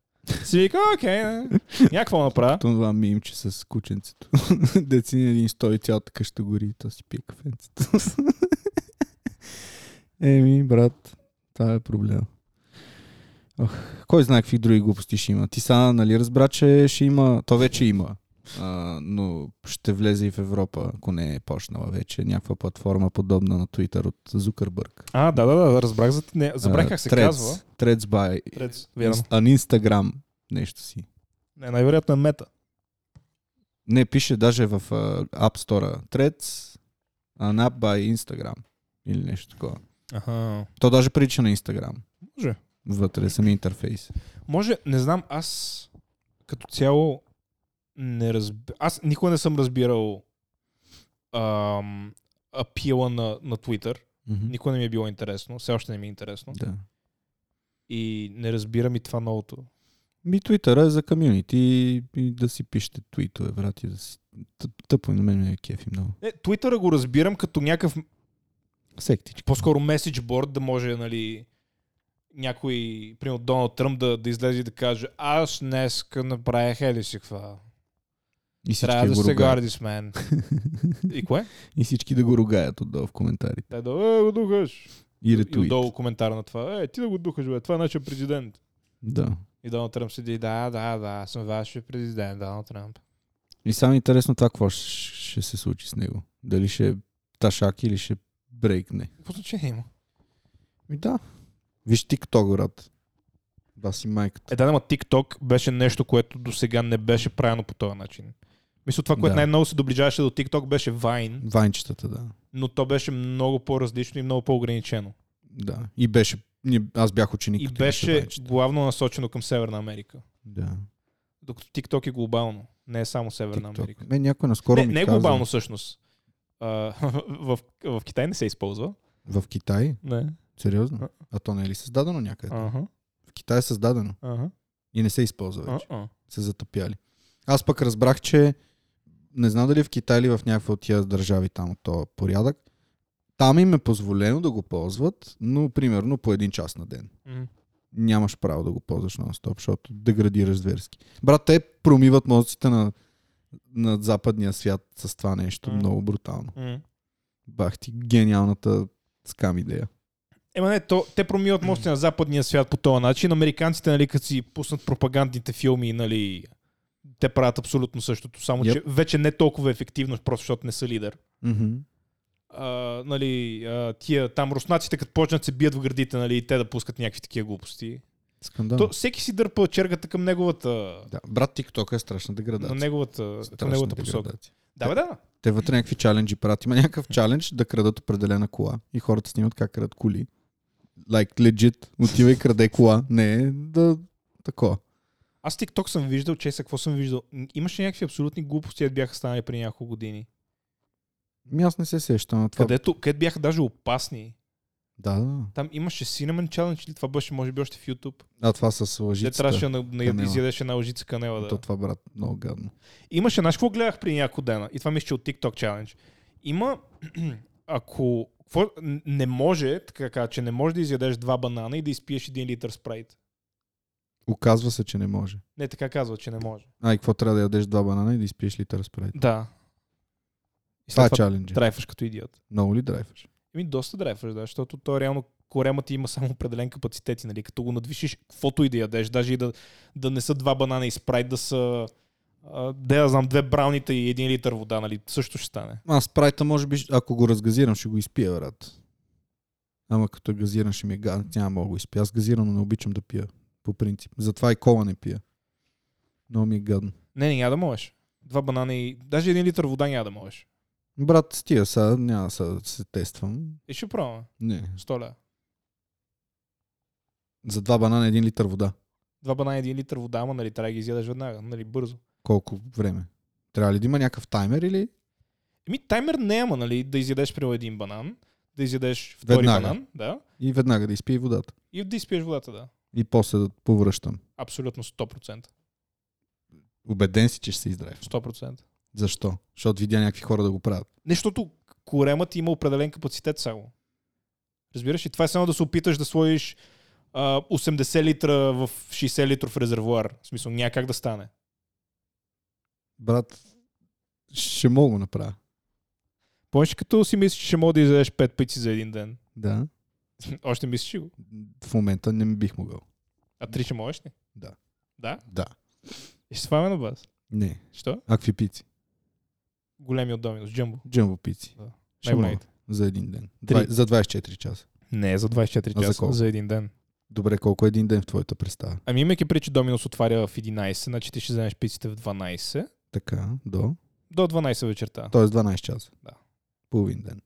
Speaker 1: Си вика, окей, okay, някакво направя.
Speaker 2: Това мимче с кученцето. Деци на един стои цялата къща гори и то си пие кафенцето. Еми, брат, това е проблем. Ох, кой знае какви други глупости ще има. Ти са, нали, разбра, че ще има... То вече има. А, но ще влезе и в Европа, ако не е почнала вече. Някаква платформа, подобна на Twitter от Зукърбърг.
Speaker 1: А, да, да, да, разбрах. За... Не, забрах как се
Speaker 2: Threads.
Speaker 1: казва.
Speaker 2: Threads by...
Speaker 1: Трец, вярно.
Speaker 2: An Instagram. Нещо си.
Speaker 1: Не, най-вероятно е мета.
Speaker 2: Не, пише даже в а, App Store Threads, an app by Instagram или нещо такова.
Speaker 1: Аха.
Speaker 2: То даже прилича на Instagram.
Speaker 1: Може.
Speaker 2: Вътре самия интерфейс.
Speaker 1: Може, не знам, аз като цяло не разб... Аз никога не съм разбирал ам, апила на, на Twitter.
Speaker 2: Mm-hmm.
Speaker 1: Никога не ми е било интересно. Все още не ми е интересно.
Speaker 2: Да.
Speaker 1: И не разбирам и това новото.
Speaker 2: Ми Twitter е за комюнити и, и да си пишете твитове, брат, и да си... тъп- Тъпо и на мен ме е кефи много.
Speaker 1: Е, Twitter го разбирам като някакъв
Speaker 2: Сектички.
Speaker 1: по-скоро меседж борд, да може, нали, някой, примерно Доналд Тръмп, да, да излезе и да каже, аз днеска направих еди си каква.
Speaker 2: И всички
Speaker 1: Трябва да
Speaker 2: го
Speaker 1: се
Speaker 2: ругаят.
Speaker 1: горди с мен. и кое?
Speaker 2: И всички да го ругаят отдолу в коментарите.
Speaker 1: Те да, е, го духаш.
Speaker 2: И
Speaker 1: И
Speaker 2: ретуит.
Speaker 1: отдолу коментар на това. Е, ти да го духаш, бе. Това е нашия президент.
Speaker 2: Да.
Speaker 1: И Доналд Тръмп седи, да, да, да, аз съм вашия президент, Доналд Тръмп.
Speaker 2: И само интересно това какво ще, ще се случи с него. Дали ще е ташак или ще брейкне.
Speaker 1: Какво значение има?
Speaker 2: Ми да. Виж TikTok, брат. Баси майката.
Speaker 1: Е, да, ама TikTok беше нещо, което до сега не беше правено по този начин. Мисля, това, което
Speaker 2: Да.
Speaker 1: най-много се доближаваше до TikTok беше Vine,
Speaker 2: Вайнчетата, да.
Speaker 1: но то беше много по-различно и много по-ограничено.
Speaker 2: Да. И беше... ние- Аз бях ученик.
Speaker 1: И
Speaker 2: като имаше
Speaker 1: беше
Speaker 2: Вайнчета.
Speaker 1: главно насочено към Северна Америка.
Speaker 2: Да.
Speaker 1: Докато TikTok е глобално, не е само Северна Америка.
Speaker 2: TikTok. Мен някой наскоро
Speaker 1: Не,
Speaker 2: ми
Speaker 1: не е
Speaker 2: каза...
Speaker 1: глобално всъщност. А, в, в Китай не се използва.
Speaker 2: В Китай?
Speaker 1: Не.
Speaker 2: Сериозно?
Speaker 1: А.
Speaker 2: А то не е ли създадено някъде?
Speaker 1: Ага,
Speaker 2: В Китай е създадено.
Speaker 1: ага,
Speaker 2: И не се използва вече.
Speaker 1: ага.
Speaker 2: Се затъпяли. Аз пък разбрах, че не знам дали в Китай или в някаква от тия държави там от този порядък. Там им е позволено да го ползват, но примерно по един час на ден.
Speaker 1: М.
Speaker 2: нямаш право да го ползваш нон-стоп, защото деградираш зверски. Брат, те промиват мозъците на, на западния свят с това нещо
Speaker 1: М.
Speaker 2: много брутално.
Speaker 1: М.
Speaker 2: Бах ти гениалната скам идея.
Speaker 1: Ема не, то, те промиват мощите на западния свят по този начин. Американците, нали, като си пуснат пропагандните филми, нали, те правят абсолютно същото, само
Speaker 2: Yep.
Speaker 1: че вече не толкова ефективно, просто защото не са лидер.
Speaker 2: Mm-hmm.
Speaker 1: А, нали, а, тия, там руснаците, като почнат се бият в градите, нали, и те да пускат някакви такива глупости.
Speaker 2: Скандал.
Speaker 1: То, всеки си дърпа чергата към неговата,
Speaker 2: Да. Брат, TikTok е страшна деградация.
Speaker 1: на неговата, към
Speaker 2: Страшна
Speaker 1: неговата посока.
Speaker 2: деградация.
Speaker 1: Да, бе, да.
Speaker 2: Те вътре някакви чаленджи правят. Има някакъв чалендж да крадат определена кола. И хората снимат как крадат коли. Like, legit. Отивай и краде кола. Не е да... Такова.
Speaker 1: Аз TikTok съм виждал, че сега какво съм виждал. М, Имаше някакви абсолютни глупости, които бяха станали при няколко години.
Speaker 2: Ми аз не се сещам на това.
Speaker 1: Където, където бяха даже опасни.
Speaker 2: Да, да.
Speaker 1: Там имаше Cinnamon Challenge, или това беше, може би, още в YouTube.
Speaker 2: А това с
Speaker 1: Те
Speaker 2: лъжицата.
Speaker 1: трябваше да на,
Speaker 2: канела.
Speaker 1: на, изядеш една лъжица канела. Да.
Speaker 2: То това, брат, много гадно.
Speaker 1: Имаше, знаеш какво гледах при няколко дена? И това мисля, че от TikTok Challenge. Има, ако какво- н- не може, така кажа, че не може да изядеш два банана и да изпиеш един литър спрайт.
Speaker 2: Оказва се, че не може.
Speaker 1: Не, така казва, че не може.
Speaker 2: А, и какво трябва да ядеш два банана и да изпиеш литър спрайт?
Speaker 1: Да. И
Speaker 2: Това е
Speaker 1: след това
Speaker 2: чаленджи.
Speaker 1: драйфаш като идиот.
Speaker 2: Много ли драйваш?
Speaker 1: Еми, Ами, доста драйфаш, да, защото то реално корема ти има само определен капацитет, и, нали? Като го надвишиш, каквото и да ядеш, даже и да, да не са два банана и спрайт, да са а, да я знам, две браунита и един литър вода, нали? Също ще стане.
Speaker 2: Аз спрайта, може би, ако го разгазирам, ще го изпия, брат. Ама като е газиран, ще ми е гадно. Няма да мога да го изпия. Аз газирано не обичам да пия, по принцип. Затова и кола не пия. Много ми е гадно.
Speaker 1: Не, не, няма да можеш. Два банана и... Даже един литър вода няма да можеш.
Speaker 2: Брат, с тия са, няма сега да се тествам.
Speaker 1: И ще пробваме.
Speaker 2: Не.
Speaker 1: 100 ля.
Speaker 2: За два банана един литър вода.
Speaker 1: Два банана и един литър вода, ама нали, трябва да ги изядеш веднага, нали, бързо.
Speaker 2: Колко време? Трябва ли да има някакъв таймер или?
Speaker 1: Еми, Ами, таймер няма, нали, да изядеш при един банан, да изядеш втори
Speaker 2: Веднага.
Speaker 1: банан, да,
Speaker 2: И веднага да изпие водата.
Speaker 1: и да изпиеш водата, да.
Speaker 2: И после да повръщам.
Speaker 1: Абсолютно 100%.
Speaker 2: Убеден си, че ще се издраев.
Speaker 1: 100%.
Speaker 2: Защо? Защото видя някакви хора да го правят.
Speaker 1: Нещото коремът има определен капацитет само. Разбираш ли? Това е само да се опиташ да сложиш а, 80 литра в 60 литров резервуар. В смисъл, няма как да стане.
Speaker 2: Брат, ще мога го направя.
Speaker 1: Помниш, ли, като си мислиш, че ще мога да изядеш 5 пици за един ден.
Speaker 2: Да.
Speaker 1: Още мислиш ли го.
Speaker 2: В момента не бих могъл.
Speaker 1: А три ще можеш ли?
Speaker 2: Да.
Speaker 1: Да?
Speaker 2: Да.
Speaker 1: И ще сваме на бас.
Speaker 2: Не.
Speaker 1: Що?
Speaker 2: А какви пици?
Speaker 1: Големи от Доминос. Джамбо.
Speaker 2: Джамбо пици.
Speaker 1: Да.
Speaker 2: Ще мога. За един ден. Два,
Speaker 1: Три.
Speaker 2: за 24 часа.
Speaker 1: Не, за 24
Speaker 2: А за
Speaker 1: часа.
Speaker 2: колко?
Speaker 1: за един ден.
Speaker 2: Добре, колко е един ден в твоята представа?
Speaker 1: Ами имайки причи, че Доминос отваря в 11, значи ти ще вземеш пиците в 12.
Speaker 2: Така, до.
Speaker 1: До 12 вечерта.
Speaker 2: Тоест 12 часа.
Speaker 1: Да.
Speaker 2: Половин ден.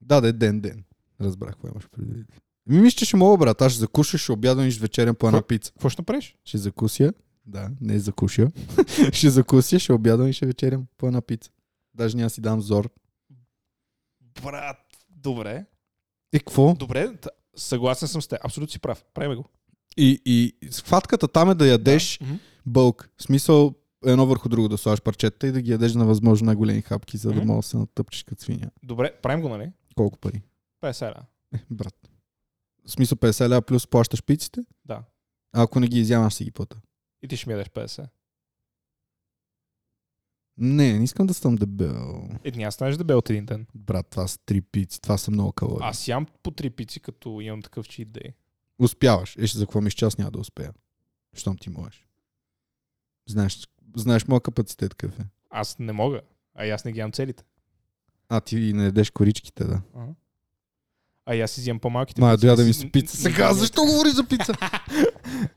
Speaker 2: Да, да, е ден, ден. Разбрах, какво имаш предвид. Ми мисля, че ще мога, брат. Аз ще закуша, ще обядвам и ще вечерям по една
Speaker 1: Какво?
Speaker 2: пица.
Speaker 1: Какво ще направиш?
Speaker 2: Ще закуся. Да, не закуша. ще закуся, ще обядвам и ще вечерям по една пица. Даже няма да си дам зор.
Speaker 1: Брат, добре.
Speaker 2: И Е, какво?
Speaker 1: Добре, т- съгласен съм с те. Абсолютно си прав. Правиме го.
Speaker 2: И, и схватката там е да ядеш
Speaker 1: Мгм.
Speaker 2: бълк. В смисъл едно върху друго да слагаш парчета и да ги ядеш на възможно най-големи хапки, за да
Speaker 1: Мгм.
Speaker 2: мога да се натъпчеш като свиня.
Speaker 1: Добре, правим го, нали?
Speaker 2: Колко пари?
Speaker 1: 50 ля.
Speaker 2: Е, брат. В смисъл 50 ля плюс плащаш пиците?
Speaker 1: Да.
Speaker 2: А ако не ги изямаш, си ги плата.
Speaker 1: И ти ще ми ядеш 50.
Speaker 2: Не, не искам да съм дебел.
Speaker 1: Е, няма да станеш дебел от един ден.
Speaker 2: Брат, това са три пици, това са много калории. Аз...
Speaker 1: Аз ям по три пици, като имам такъв чит дей.
Speaker 2: Успяваш. Е, ще за какво мисля, че аз няма да успея. Щом ти можеш. Знаеш, знаеш моя капацитет какъв е.
Speaker 1: Аз не мога. А и аз не ги ям целите.
Speaker 2: А ти и не ядеш коричките, да.
Speaker 1: Ага. А и аз си взимам по-малките.
Speaker 2: Ма,
Speaker 1: пици.
Speaker 2: доя да ми
Speaker 1: Н-
Speaker 2: с
Speaker 1: н-
Speaker 2: пица.
Speaker 1: н-
Speaker 2: Сега,
Speaker 1: н-
Speaker 2: защо говори за пица?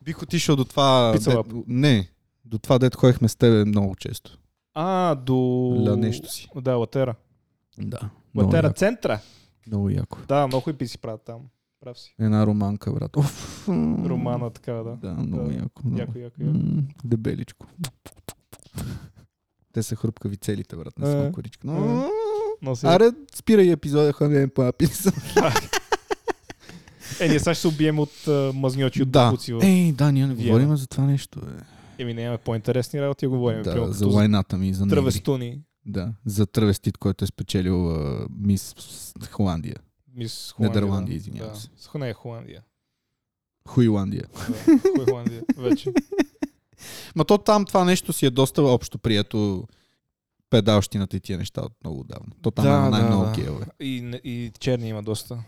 Speaker 2: Бих отишъл до това...
Speaker 1: Пица
Speaker 2: де-
Speaker 1: лап.
Speaker 2: Не, до това дето ходихме с тебе много често.
Speaker 1: А, до...
Speaker 2: Ля нещо си.
Speaker 1: Да, Латера.
Speaker 2: Да. Много
Speaker 1: Латера
Speaker 2: яко.
Speaker 1: центъра.
Speaker 2: Много яко.
Speaker 1: Да, много хубави пици правят там. Прав си.
Speaker 2: Една романка, брат. Оф.
Speaker 1: Романа, такава, да.
Speaker 2: Да, много
Speaker 1: Да.
Speaker 2: яко. Много.
Speaker 1: Яко, яко, яко.
Speaker 2: М, Дебеличко. Те са хрупкави целите, брат, не
Speaker 1: Е.
Speaker 2: само коричка. Но...
Speaker 1: Е. Но си...
Speaker 2: Аре, спирай епизода, ходим по аписа.
Speaker 1: Е, ние сега ще се убием от а, мазниочи от
Speaker 2: Да. Е,
Speaker 1: бутуци. В...
Speaker 2: Ей, да, ние не
Speaker 1: Виена.
Speaker 2: говорим за това нещо. Бе.
Speaker 1: Еми, не имаме по-интересни работи, а говорим. Да,
Speaker 2: Да,
Speaker 1: Примерно,
Speaker 2: за
Speaker 1: като за
Speaker 2: лайната ми, за негри.
Speaker 1: травестуни.
Speaker 2: Да, за травестит, който е спечелил а, мис с- Холандия.
Speaker 1: Мис Холандия.
Speaker 2: Нидерландия,
Speaker 1: да.
Speaker 2: извинявам се.
Speaker 1: Да. Не е Холандия.
Speaker 2: Хуиландия.
Speaker 1: Да. Кой е Холандия? Вече.
Speaker 2: Ма то там това нещо си е доста общо прието педалщината и тия неща от много давно. То там
Speaker 1: Да,
Speaker 2: е най-много
Speaker 1: да, да.
Speaker 2: гейове.
Speaker 1: И, не- и черни има доста.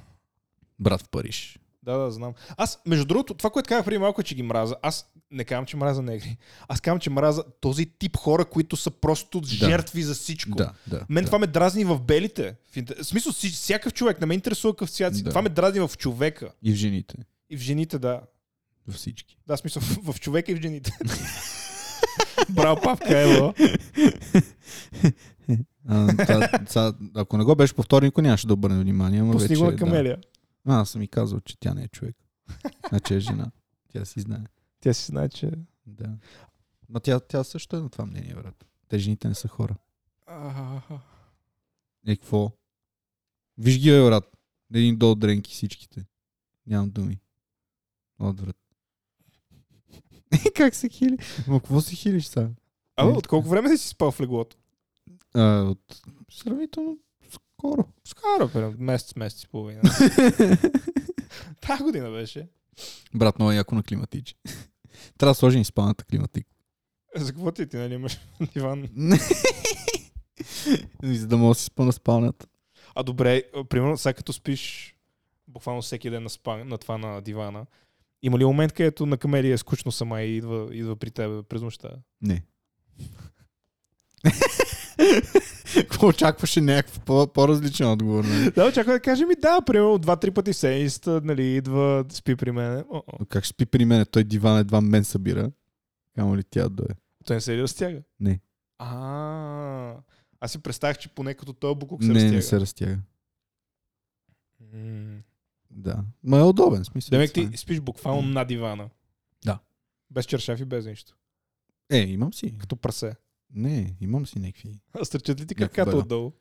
Speaker 2: Брат в Париж.
Speaker 1: Да, да, знам. Аз, между другото, това, което казах преди малко, е, че ги мраза, аз не казвам, че мраза негри. Аз казвам, че мраза този тип хора, които са просто жертви за всичко.
Speaker 2: Да, да.
Speaker 1: Мен
Speaker 2: да.
Speaker 1: това ме дразни в белите. В интер- В смисъл, си, всякакъв човек. Не ме интересува какъв цвят си.
Speaker 2: Да.
Speaker 1: Това ме дразни в човека.
Speaker 2: И в жените.
Speaker 1: И в жените, да.
Speaker 2: Във всички.
Speaker 1: Да, в смисъл в, в човека и в жените. Браво, е, папка, ево.
Speaker 2: А, това, това, ако не го беше повторил, никой нямаше да обърне внимание. Ама
Speaker 1: Пусни го
Speaker 2: вече, е,
Speaker 1: на
Speaker 2: Да.
Speaker 1: камелия.
Speaker 2: А, аз съм и казал, че тя не е човек. А че е жена. Тя си знае.
Speaker 1: Тя си знае, че...
Speaker 2: Да. Ма тя, тя също е на това мнение, брат. Те жените не са хора.
Speaker 1: А,
Speaker 2: Е, какво? Виж ги, бе, брат. Един до дренки всичките. Нямам думи. Отврат. Е, как се хили? Ма какво се хилиш сега?
Speaker 1: Абе, от колко време си спал в леглото?
Speaker 2: А, от... Сравнително скоро.
Speaker 1: Скоро, прям, месец, месец и половина. Та година беше.
Speaker 2: Брат, много яко на климатич. Трябва да сложим и спалната климатик.
Speaker 1: За какво ти ти, нали, имаш диван?
Speaker 2: За да мога да си спа на спалнята.
Speaker 1: А добре, а, примерно, сега като спиш буквално всеки ден на, спа, на това на дивана, има ли момент, където на камелия е скучно сама и идва, идва при теб през нощта?
Speaker 2: Не. Какво очакваше някакъв по- по-различен отговор? Нали?
Speaker 1: Да, очаква да каже ми да, примерно два-три пъти в седмицата, нали, идва, спи при мен. О-о.
Speaker 2: Но Как ще спи при мен? Той диван едва мен събира. Камо ли тя да е? дойде?
Speaker 1: Той не се ли разтяга?
Speaker 2: Не.
Speaker 1: А, аз си представях, че поне като той букук се
Speaker 2: Не,
Speaker 1: разтяга.
Speaker 2: не се разтяга.
Speaker 1: М.
Speaker 2: Да. Ма е удобен, в смисъл.
Speaker 1: Демек
Speaker 2: това
Speaker 1: ти спиш буквално на дивана.
Speaker 2: Да.
Speaker 1: Без чершаф и без нищо.
Speaker 2: Е, Е, имам си.
Speaker 1: Като прасе.
Speaker 2: Не, имам си някакви.
Speaker 1: А стърчат ли ти
Speaker 2: Някакво е,
Speaker 1: краката
Speaker 2: бедро.
Speaker 1: отдолу?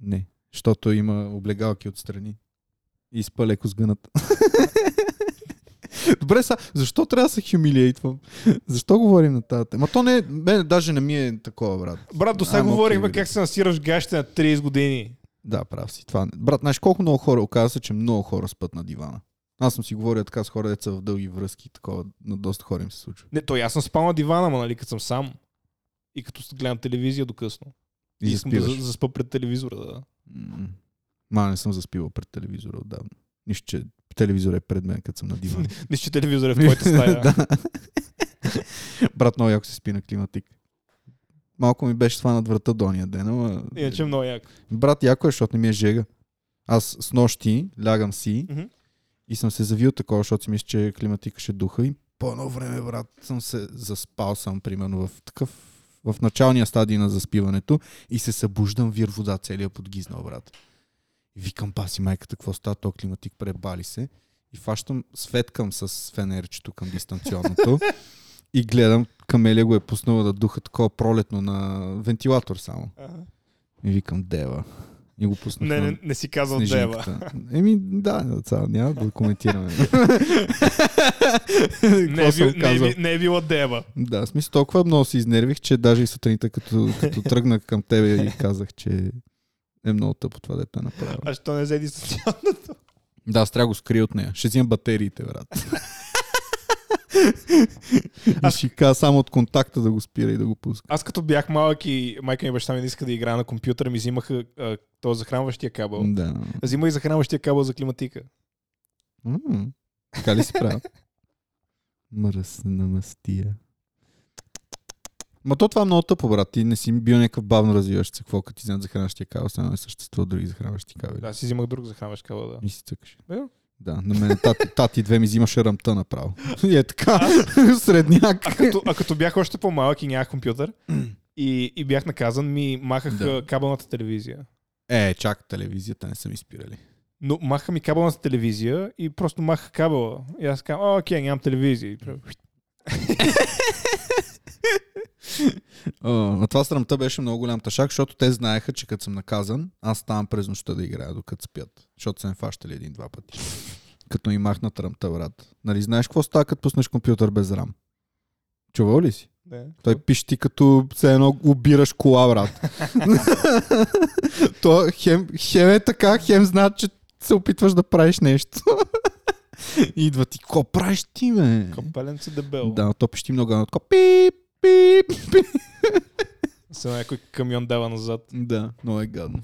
Speaker 2: Не. Защото има облегалки отстрани. И спа леко сгънат. Добре, са, защо трябва да се хюмилиейтвам? Защо говорим на тази тема? То не, мен даже не ми е такова, брат.
Speaker 1: Брат, до сега
Speaker 2: Ама, окей,
Speaker 1: говорихме
Speaker 2: бе.
Speaker 1: как се насираш гащите на 30 години.
Speaker 2: Да, прав си. Това... не- Брат, знаеш колко много хора, оказва се, че много хора спът на дивана. Аз съм си говорил така с хора, деца в дълги връзки, такова на доста хора им се случва.
Speaker 1: Не, то и аз съм спал на дивана, ма нали, като съм сам. И като гледам телевизия до късно.
Speaker 2: И
Speaker 1: Искам да
Speaker 2: заспиваш.
Speaker 1: за- заспа пред телевизора, да.
Speaker 2: М. Ма не съм заспивал пред телевизора отдавна. Нищо, че телевизора е пред мен, като съм на дивана.
Speaker 1: Мисля, че телевизора е в твоята стая.
Speaker 2: да. Брат, много яко се спи на климатик. Малко ми беше това над врата до ония ден, ама...
Speaker 1: Иначе е много яко.
Speaker 2: Брат, яко е, защото не ми е жега. Аз с нощи лягам си
Speaker 1: Мгм.
Speaker 2: и съм се завил такова, защото си мисля, че климатика ще духа и по едно време, брат, съм се заспал съм, примерно, в такъв в началния стадий на заспиването и се събуждам вир вода целия подгизнал, брат. И викам, паси майката, какво става, то климатик пребали се. И фащам, светкам с фенерчето към дистанционното и гледам, камелия го е пуснала да духа такова пролетно на вентилатор само.
Speaker 1: Ага.
Speaker 2: И викам Дева. И го пуснах
Speaker 1: Не,
Speaker 2: на
Speaker 1: не, не си казал дева.
Speaker 2: снежинката. Еми, да, деца, няма да коментираме.
Speaker 1: Не е,
Speaker 2: Какво
Speaker 1: бил,
Speaker 2: съм
Speaker 1: не, е,
Speaker 2: казал?
Speaker 1: бил- не е била дева.
Speaker 2: Да, в смисъл толкова много се изнервих, че даже и сутринта, като, като тръгнах към тебе и казах, че е много тъпо това дете направя.
Speaker 1: А що не взе дистанционно?
Speaker 2: Да, аз трябва да го скрия от нея. Ще взимам батериите, брат. Аз ще кажа само от контакта да го спира и да го пуска.
Speaker 1: Аз като бях малък и майка ми и баща ми не иска да игра на компютър, ми взимаха а, този захранващия кабел.
Speaker 2: Да.
Speaker 1: Взима и захранващия кабел за климатика.
Speaker 2: М, Така ли си правил? Мръсна мастия. Ма то това е много тъпо, брат. Ти не си бил някакъв бавно развиващ се. Какво като ти знаят захранващия кабел, сега не съществува други захранващи кабели.
Speaker 1: Да, аз си взимах друг захранващ кабел, да.
Speaker 2: И си цъкаш.
Speaker 1: Да.
Speaker 2: Да, на мен тати, тати две ми взимаше ръмта направо. И е така, средняк.
Speaker 1: А като, а като бях още по-малък и нямах компютър и, и бях наказан, ми махах
Speaker 2: Да.
Speaker 1: да. кабелната телевизия.
Speaker 2: Е, чак, телевизията не са ми спирали.
Speaker 1: Но маха ми кабелната телевизия и просто маха кабела. И аз казвам, «О, окей, нямам телевизия. И прям,
Speaker 2: А, а това срамта беше много голям тъшак, защото те знаеха, че като съм наказан, аз ставам през нощта да играя, докато спят. Защото са ме фащали един-два пъти. като ми махнат ръмта, брат. Нали, знаеш какво става, като пуснеш компютър без рам? Чувал ли си?
Speaker 1: Не.
Speaker 2: Той пищи като все едно убираш кола, брат. То хем, хем е така, хем знае, че се опитваш да правиш нещо. Идва ти, какво правиш ти, ме?
Speaker 1: Капелен си дебел.
Speaker 2: Да, то пищи много, но така, пип, пип,
Speaker 1: Се някой камион дава назад.
Speaker 2: Да, много е гадно.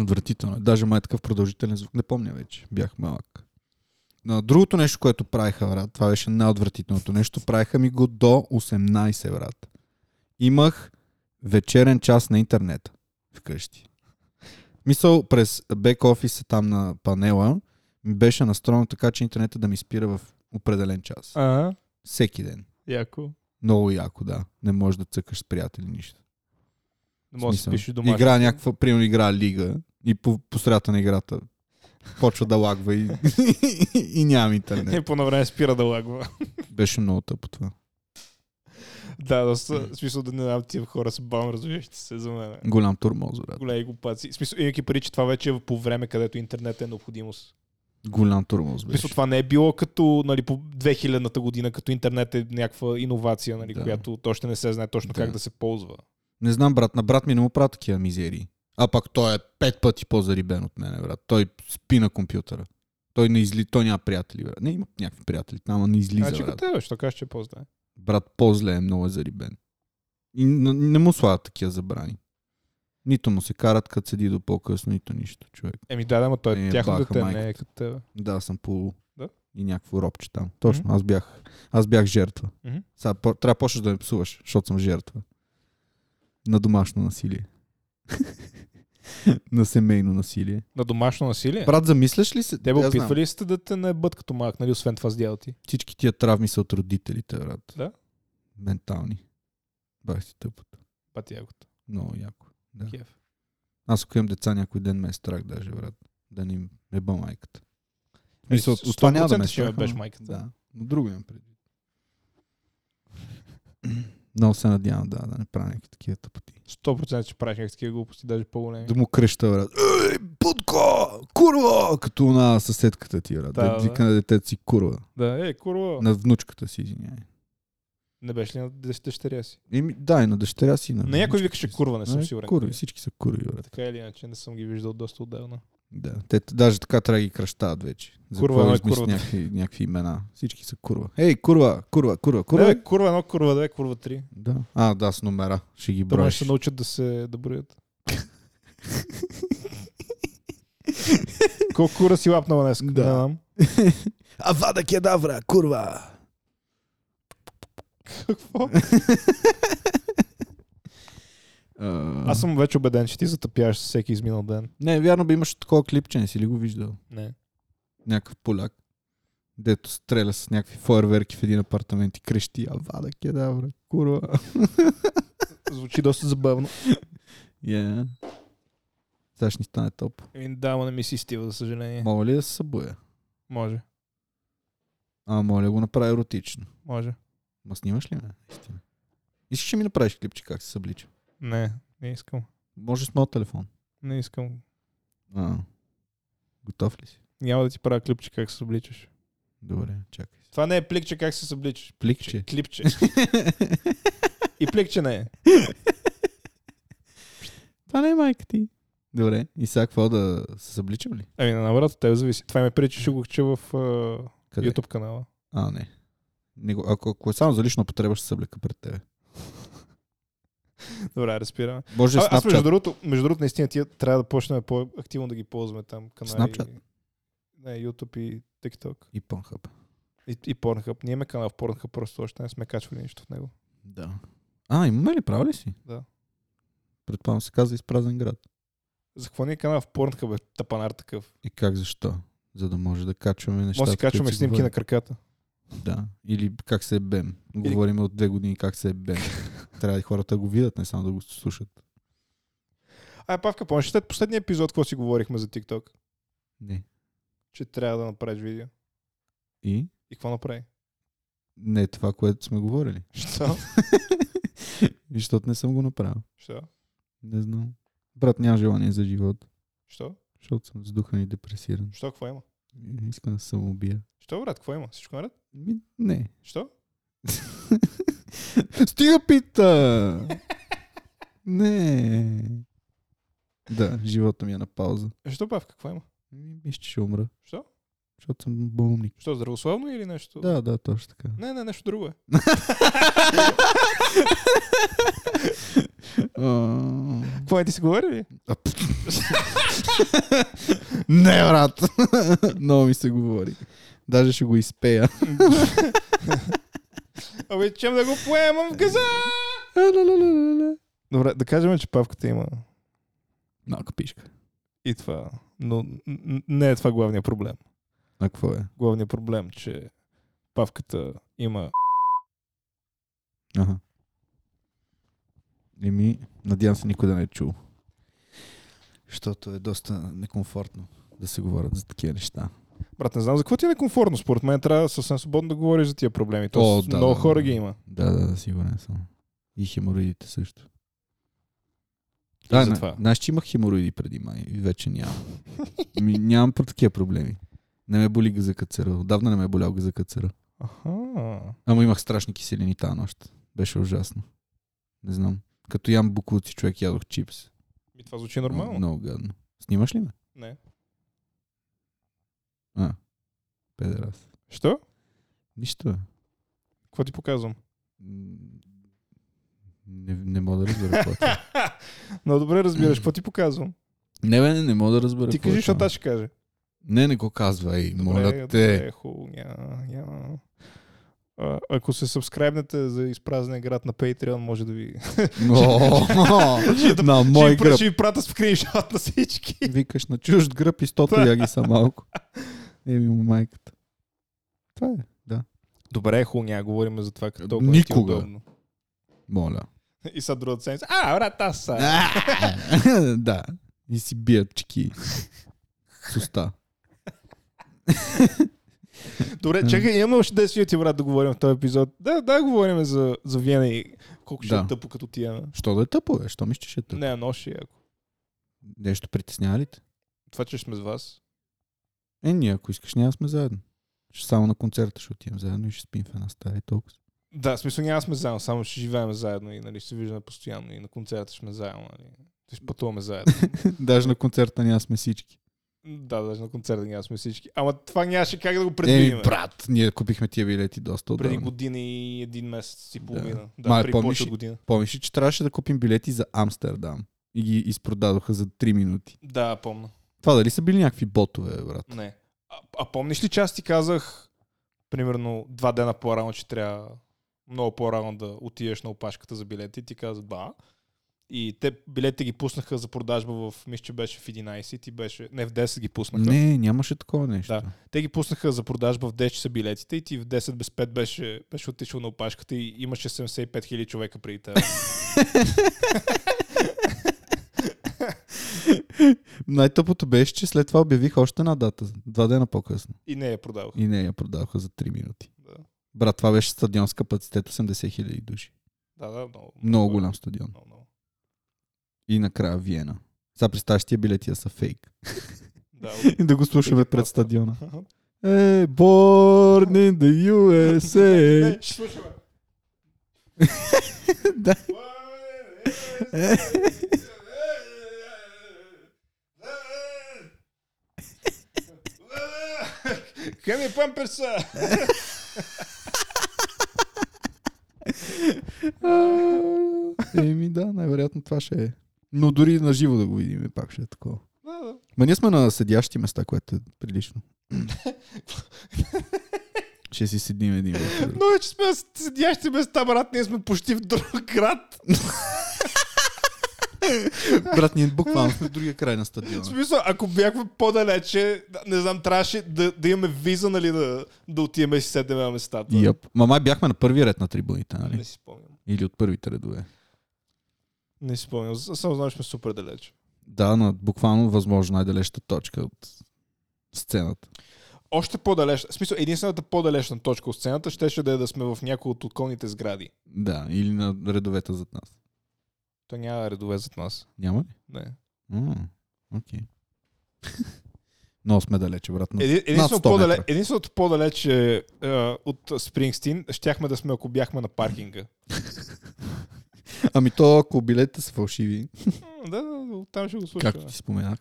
Speaker 2: Отвратително е. Даже май такъв продължителен звук. Не помня вече. Бях малък. Но другото нещо, което правиха, брат, това беше най-отвратителното нещо. Правиха ми го до 18, брат. Имах вечерен час на интернет вкъщи. Мисъл, през бек офиса там на панела ми беше настроено така, че интернета да ми спира в определен час.
Speaker 1: Ага.
Speaker 2: Всеки ден.
Speaker 1: Яко.
Speaker 2: Много яко, да. Не можеш да цъкаш с приятели нищо.
Speaker 1: Не може да се
Speaker 2: Смисъл.
Speaker 1: пише домашно.
Speaker 2: Игра някаква, примерно игра лига и по, по средата на играта почва да лагва и, и няма интернет.
Speaker 1: И по време спира да лагва.
Speaker 2: Беше много тъпо това.
Speaker 1: Да, доста, в смисъл да не дам тия хора с бам, развиващи се за мен.
Speaker 2: Голям турмоз, брат.
Speaker 1: Големи глупаци. В смисъл, имайки пари, че това вече е по време, където интернет е необходимост.
Speaker 2: Голям турмоз
Speaker 1: В смисъл,
Speaker 2: беше.
Speaker 1: това не е било като нали, по 2000-та година, като интернет е някаква иновация, нали,
Speaker 2: Да.
Speaker 1: която още не се знае точно
Speaker 2: Да.
Speaker 1: как да се ползва.
Speaker 2: Не знам, брат, на брат ми не му правят такива мизерии. А пак той е пет пъти по-зарибен от мене, брат. Той спи на компютъра. Той не изли, той няма приятели, брат. Не има някакви приятели, там ама не излиза,
Speaker 1: Значи като
Speaker 2: брат.
Speaker 1: тебе, ще кажеш, че е по-здраве.
Speaker 2: Брат по-зле е, много е зарибен. И не, не му слагат такива забрани. Нито му се карат, като седи до по-късно, нито нищо, човек.
Speaker 1: Еми да, да, ама той
Speaker 2: Е,
Speaker 1: е тяхно
Speaker 2: баха
Speaker 1: дете, не е
Speaker 2: майката.
Speaker 1: като тебе.
Speaker 2: Да, съм по...
Speaker 1: Да?
Speaker 2: И някакво робче там. Точно,
Speaker 1: Мгм.
Speaker 2: аз бях, аз бях жертва.
Speaker 1: Мгм.
Speaker 2: Сега по- трябва да почнеш да ме псуваш, защото съм жертва. На домашно насилие. на семейно насилие.
Speaker 1: На домашно насилие?
Speaker 2: Брат, замисляш ли се?
Speaker 1: Е. Те го
Speaker 2: Аз знам,
Speaker 1: опитвали ли сте да те не бъд като малък, нали, освен това с дядо ти?
Speaker 2: Всички тия травми са от родителите, брат.
Speaker 1: Да?
Speaker 2: Ментални. Бах си тъпото.
Speaker 1: Пати ягото.
Speaker 2: Много яко. Да.
Speaker 1: Кеф.
Speaker 2: Аз ако имам деца някой ден ме е страх даже, брат. Да ни им еба майката.
Speaker 1: Е,
Speaker 2: Мисля, от от това няма да ме
Speaker 1: 100% ще ме
Speaker 2: страх,
Speaker 1: беше
Speaker 2: ама-
Speaker 1: майката.
Speaker 2: Да, но друго имам предвид. Много се надявам, да, да не правя някакви такива тъпоти.
Speaker 1: 100% ще правиш някакви такива глупости, даже по-големи.
Speaker 2: Да му креща, брат. Ей, путко! Курва! Като на съседката ти, брат.
Speaker 1: Да,
Speaker 2: Да,
Speaker 1: да.
Speaker 2: вика на детето си курва.
Speaker 1: Да, е, курва.
Speaker 2: На внучката си, извиняй.
Speaker 1: Не беше ли на дес- дъщеря си?
Speaker 2: Еми, да, и на дъщеря си. и На,
Speaker 1: На някой
Speaker 2: внучката
Speaker 1: викаше
Speaker 2: си.
Speaker 1: курва, не съм
Speaker 2: Е,
Speaker 1: сигурен.
Speaker 2: Курви,
Speaker 1: кой е.
Speaker 2: всички са курви, брат.
Speaker 1: Така или иначе, не съм ги виждал доста отдавна.
Speaker 2: Да. Те т- даже така трябва да ги кръщават вече. За
Speaker 1: Курва,
Speaker 2: какво
Speaker 1: но е
Speaker 2: измисли
Speaker 1: курвата.
Speaker 2: някакви, някакви имена. Всички са курва. Ей, курва, курва,
Speaker 1: Курва,
Speaker 2: курва, курва.
Speaker 1: да, Е, бе, курва едно, курва две, курва три.
Speaker 2: Да. А, да, с номера. Ще ги
Speaker 1: Да може да
Speaker 2: броиш.
Speaker 1: се научат да се да броят. Колко кура си лапнала днес?
Speaker 2: Да.
Speaker 1: Не знам.
Speaker 2: А вада кедавра, курва!
Speaker 1: Какво? Аз
Speaker 2: Аз...
Speaker 1: съм вече убеден, че ти затъпяваш с всеки изминал ден.
Speaker 2: Не, вярно би имаше такова клипче, не си ли го виждал?
Speaker 1: Не.
Speaker 2: Някакъв поляк, дето стреля с някакви фойерверки в един апартамент и крещи А вада кедавра, курва!
Speaker 1: Звучи доста забавно.
Speaker 2: Yeah. Сега ще ни стане топ.
Speaker 1: Еми, Ами, Да, ама не ми си стива, за съжаление.
Speaker 2: Мога ли да се събуя?
Speaker 1: Може,
Speaker 2: А, моля да го направя еротично.
Speaker 1: може.
Speaker 2: Ма снимаш ли ме? Истина. Искаш ли ми направиш клипче как се съблича?
Speaker 1: Не, не искам.
Speaker 2: Може с моят телефон.
Speaker 1: Не искам.
Speaker 2: А. Готов ли си?
Speaker 1: Няма да ти правя клипче как се обличаш.
Speaker 2: Добре, чакай.
Speaker 1: Това не е пликче как се обличаш.
Speaker 2: Пликче.
Speaker 1: Клипче. И пликче не е.
Speaker 2: Това не е майка ти. Добре. И сега какво да се събличам ли?
Speaker 1: Ами на наоборот, от тебе зависи. Това ме причаше го че в uh,
Speaker 2: Къде?
Speaker 1: YouTube канала.
Speaker 2: А, не. не го, ако, ако е само за лична потреба, ще се съблека пред тебе.
Speaker 1: Добре, разбираме.
Speaker 2: Може
Speaker 1: А, аз между
Speaker 2: Snapchat.
Speaker 1: другото, между другото, наистина тия трябва да почнем по-активно да ги ползваме там. Канали.
Speaker 2: Snapchat?
Speaker 1: Не, YouTube и TikTok.
Speaker 2: И Pornhub.
Speaker 1: И, и Pornhub. Ние имаме канал в Pornhub, просто още не сме качвали нищо в него.
Speaker 2: Да. А, имаме ли? Прави ли си?
Speaker 1: Да.
Speaker 2: Предполагам се казва изпразен град.
Speaker 1: За какво ни е канал в Pornhub, бе? Тапанар такъв.
Speaker 2: И как защо? За да може да качваме нещата.
Speaker 1: Може да си
Speaker 2: които
Speaker 1: качваме
Speaker 2: си
Speaker 1: снимки на
Speaker 2: говорим.
Speaker 1: краката.
Speaker 2: Да. Или как се е бем. Говорим от две години как се е бем. Трябва и хората да го видят, не само да го слушат.
Speaker 1: А, Павка, помниш ли след последния епизод, какво си говорихме за TikTok?
Speaker 2: Не.
Speaker 1: Че трябва да направиш видео.
Speaker 2: И?
Speaker 1: И какво направи?
Speaker 2: Не е това, което сме говорили.
Speaker 1: Що?
Speaker 2: И защото не съм го направил.
Speaker 1: Що?
Speaker 2: Не знам. Брат, няма желание за живот,
Speaker 1: Що?
Speaker 2: защото съм задухан и депресиран.
Speaker 1: Що? Какво има?
Speaker 2: И Искам да се самоубия.
Speaker 1: Що, брат? Какво има? Всичко наред?
Speaker 2: Ми, не.
Speaker 1: Що?
Speaker 2: Стига пита! не. Да, живота ми е на пауза.
Speaker 1: Що, Павка? Какво има?
Speaker 2: Ми, Мисля, че ще умра.
Speaker 1: Що?
Speaker 2: Защото съм болник.
Speaker 1: Що, здравословно или нещо?
Speaker 2: Да, да, точно така.
Speaker 1: Не, не, нещо друго е.
Speaker 2: А,
Speaker 1: Какво е ти си говорили?
Speaker 2: Не, брат! Много ми се говори. Даже ще го изпея.
Speaker 1: Абе, чем да го поемам в газа?
Speaker 2: Е,
Speaker 1: Добре, да кажем, че Павката има
Speaker 2: Малка пишка.
Speaker 1: и това. Но н- н- не е това главният проблем.
Speaker 2: А какво е?
Speaker 1: Главният проблем, че павката има.
Speaker 2: Ага. Еми, надявам се никой да не е чул. Защото е доста некомфортно да се говорят за такива неща.
Speaker 1: Брат, не знам за какво ти е некомфортно. Според мен трябва съвсем свободно да говориш за тия проблеми. То
Speaker 2: О,
Speaker 1: с-
Speaker 2: да,
Speaker 1: много
Speaker 2: да,
Speaker 1: хора
Speaker 2: да.
Speaker 1: ги има.
Speaker 2: Да, да, да, сигурен съм. И хемороидите също. Да,
Speaker 1: за
Speaker 2: на-
Speaker 1: това.
Speaker 2: знаеш, че имах хемороиди преди май и вече нямам. Ми, нямам про такива проблеми. Не ме боли газа кацера. Отдавна не ме е болял газа кацера.
Speaker 1: Аха.
Speaker 2: Ама имах страшни киселини тази нощ. Беше ужасно. Не знам. Като ям букуци, човек ядох чипс.
Speaker 1: И това звучи нормално.
Speaker 2: Много гадно. Снимаш ли ме?
Speaker 1: Не.
Speaker 2: Педерас.
Speaker 1: Що?
Speaker 2: Нищо. бе.
Speaker 1: Какво ти показвам?
Speaker 2: М, Не, не мога да разбера какво е това.
Speaker 1: Но добре разбираш, какво ти показвам?
Speaker 2: Не, бе, не, не мога да разбера
Speaker 1: Ти
Speaker 2: какво е
Speaker 1: кажи, защото
Speaker 2: това.
Speaker 1: аз ще кажа.
Speaker 2: Не, не го казвай, моля те.
Speaker 1: добре, е хубаво, няма, няма. А, ако се сабскрайбнете за изпразнен град на Patreon, може да ви...
Speaker 2: О, На
Speaker 1: Мой
Speaker 2: мой
Speaker 1: ще, ви,
Speaker 2: гръб.
Speaker 1: ще ви прата с скриншот на всички.
Speaker 2: Викаш на чужд гръб и стото яги са
Speaker 1: е.
Speaker 2: малко. Еми му майката. Това е, да.
Speaker 1: Добре, е хубаво, няма говорим за това като толкова
Speaker 2: Никога.
Speaker 1: Ти е удобно.
Speaker 2: Моля.
Speaker 1: И са другата седмица. А, брат, аз са.
Speaker 2: А, да. И си бият чеки. С уста.
Speaker 1: Добре, чакай, имаме още 10 минути, брат, да говорим в този епизод. Да, да, говорим за, за Виена и колко ще
Speaker 2: Да.
Speaker 1: е тъпо като тия.
Speaker 2: Що да е тъпо, бе? Що мислиш, че ще е тъпо?
Speaker 1: Не, но ще е яко.
Speaker 2: Нещо притеснява ли те?
Speaker 1: Това, че сме с вас.
Speaker 2: Е, ние, ако искаш, няма да сме заедно. Ще само на концерта ще отидем заедно и ще спим в една стая и толкова.
Speaker 1: Да, в смисъл няма сме заедно, само ще живеем заедно и нали, ще се виждаме постоянно и на концерта ще сме заедно. Нали. Ще пътуваме заедно.
Speaker 2: Даже на концерта няма сме всички. Е,
Speaker 1: да, даже на концерта няма сме всички. Ама това нямаше как да го предвидим. е.
Speaker 2: Еми, брат, ние купихме тия билети доста
Speaker 1: преди
Speaker 2: отдавна.
Speaker 1: година и един месец и половина. Да,
Speaker 2: Мале,
Speaker 1: преди
Speaker 2: помниш
Speaker 1: повече
Speaker 2: ли?
Speaker 1: от година.
Speaker 2: Помниш ли, че трябваше да купим билети за Амстердам? И ги изпродадоха за 3 минути.
Speaker 1: Да, помня.
Speaker 2: Това дали са били някакви ботове, бе, брат?
Speaker 1: Не. А, а помниш ли, че аз ти казах, примерно, два дена по-рано, че трябва много по-рано да отидеш на опашката за билети? И ти каза, да. И те билетите ги пуснаха за продажба в, мисля, че беше в 11, и ти беше, не, в 10 ги пуснаха.
Speaker 2: Не, нямаше такова нещо.
Speaker 1: Да. Те ги пуснаха за продажба в 10 часа билетите и ти в 10 без 5 беше, беше отишъл на опашката и имаше 75 000 човека преди теб.
Speaker 2: Най-тъпото беше, че след това обявих още една дата. Два дена по-късно.
Speaker 1: И не я продаваха.
Speaker 2: И не, я продаваха за 3 минути.
Speaker 1: Да,
Speaker 2: Брат, това беше стадион с капацитет 80 хиляди души.
Speaker 1: да, да много,
Speaker 2: Много голям стадион.
Speaker 1: Много, много.
Speaker 2: И накрая Виена. Сега представяш тия билети да са фейк.
Speaker 1: Да,
Speaker 2: И да го слушаме пред
Speaker 1: Просто.
Speaker 2: стадиона. Е, born in the USA.
Speaker 1: Не, Е, ще слушаме.
Speaker 2: Да.
Speaker 1: Къде ми памперса?
Speaker 2: Еми да, най-вероятно това ще е. Но дори на живо да го видим, пак ще е такова. Ма ние сме на седящи места, което е прилично. ще си седим един. върху друг.
Speaker 1: Но е, че сме на седящи места, брат, ние сме почти в друг град.
Speaker 2: Брат, ние буквално сме в другия край на стадиона.
Speaker 1: В смисъл, ако бяхме по-далече, да- не знам, трябваше да, да имаме виза, нали, да, да отиваме и си седеме на местата.
Speaker 2: Йоп. Ма май бяхме на първи ред на трибуните,
Speaker 1: Не
Speaker 2: нали?
Speaker 1: си спомням.
Speaker 2: Или от първите редове.
Speaker 1: Не си спомням. С- Само знам, че сме супер далече.
Speaker 2: Да, на буквално възможно най-далечната точка от сцената.
Speaker 1: Още по-далеч. В смисъл, единствената по-далечна точка от сцената щеше да е да сме в някои от отклонните сгради.
Speaker 2: Да, или на редовете зад нас.
Speaker 1: То няма редове зад нас.
Speaker 2: Няма ли?
Speaker 1: Не.
Speaker 2: М, Окей. Много сме далече, брат. но
Speaker 1: Еди, единствено
Speaker 2: 100 метра.
Speaker 1: по-дале, единственото по-далече е, от Спрингстин щяхме да сме, ако бяхме на паркинга.
Speaker 2: Ами то, ако билетите са фалшиви,
Speaker 1: М, да, да, да, там ще го слушаме.
Speaker 2: както ти споменах.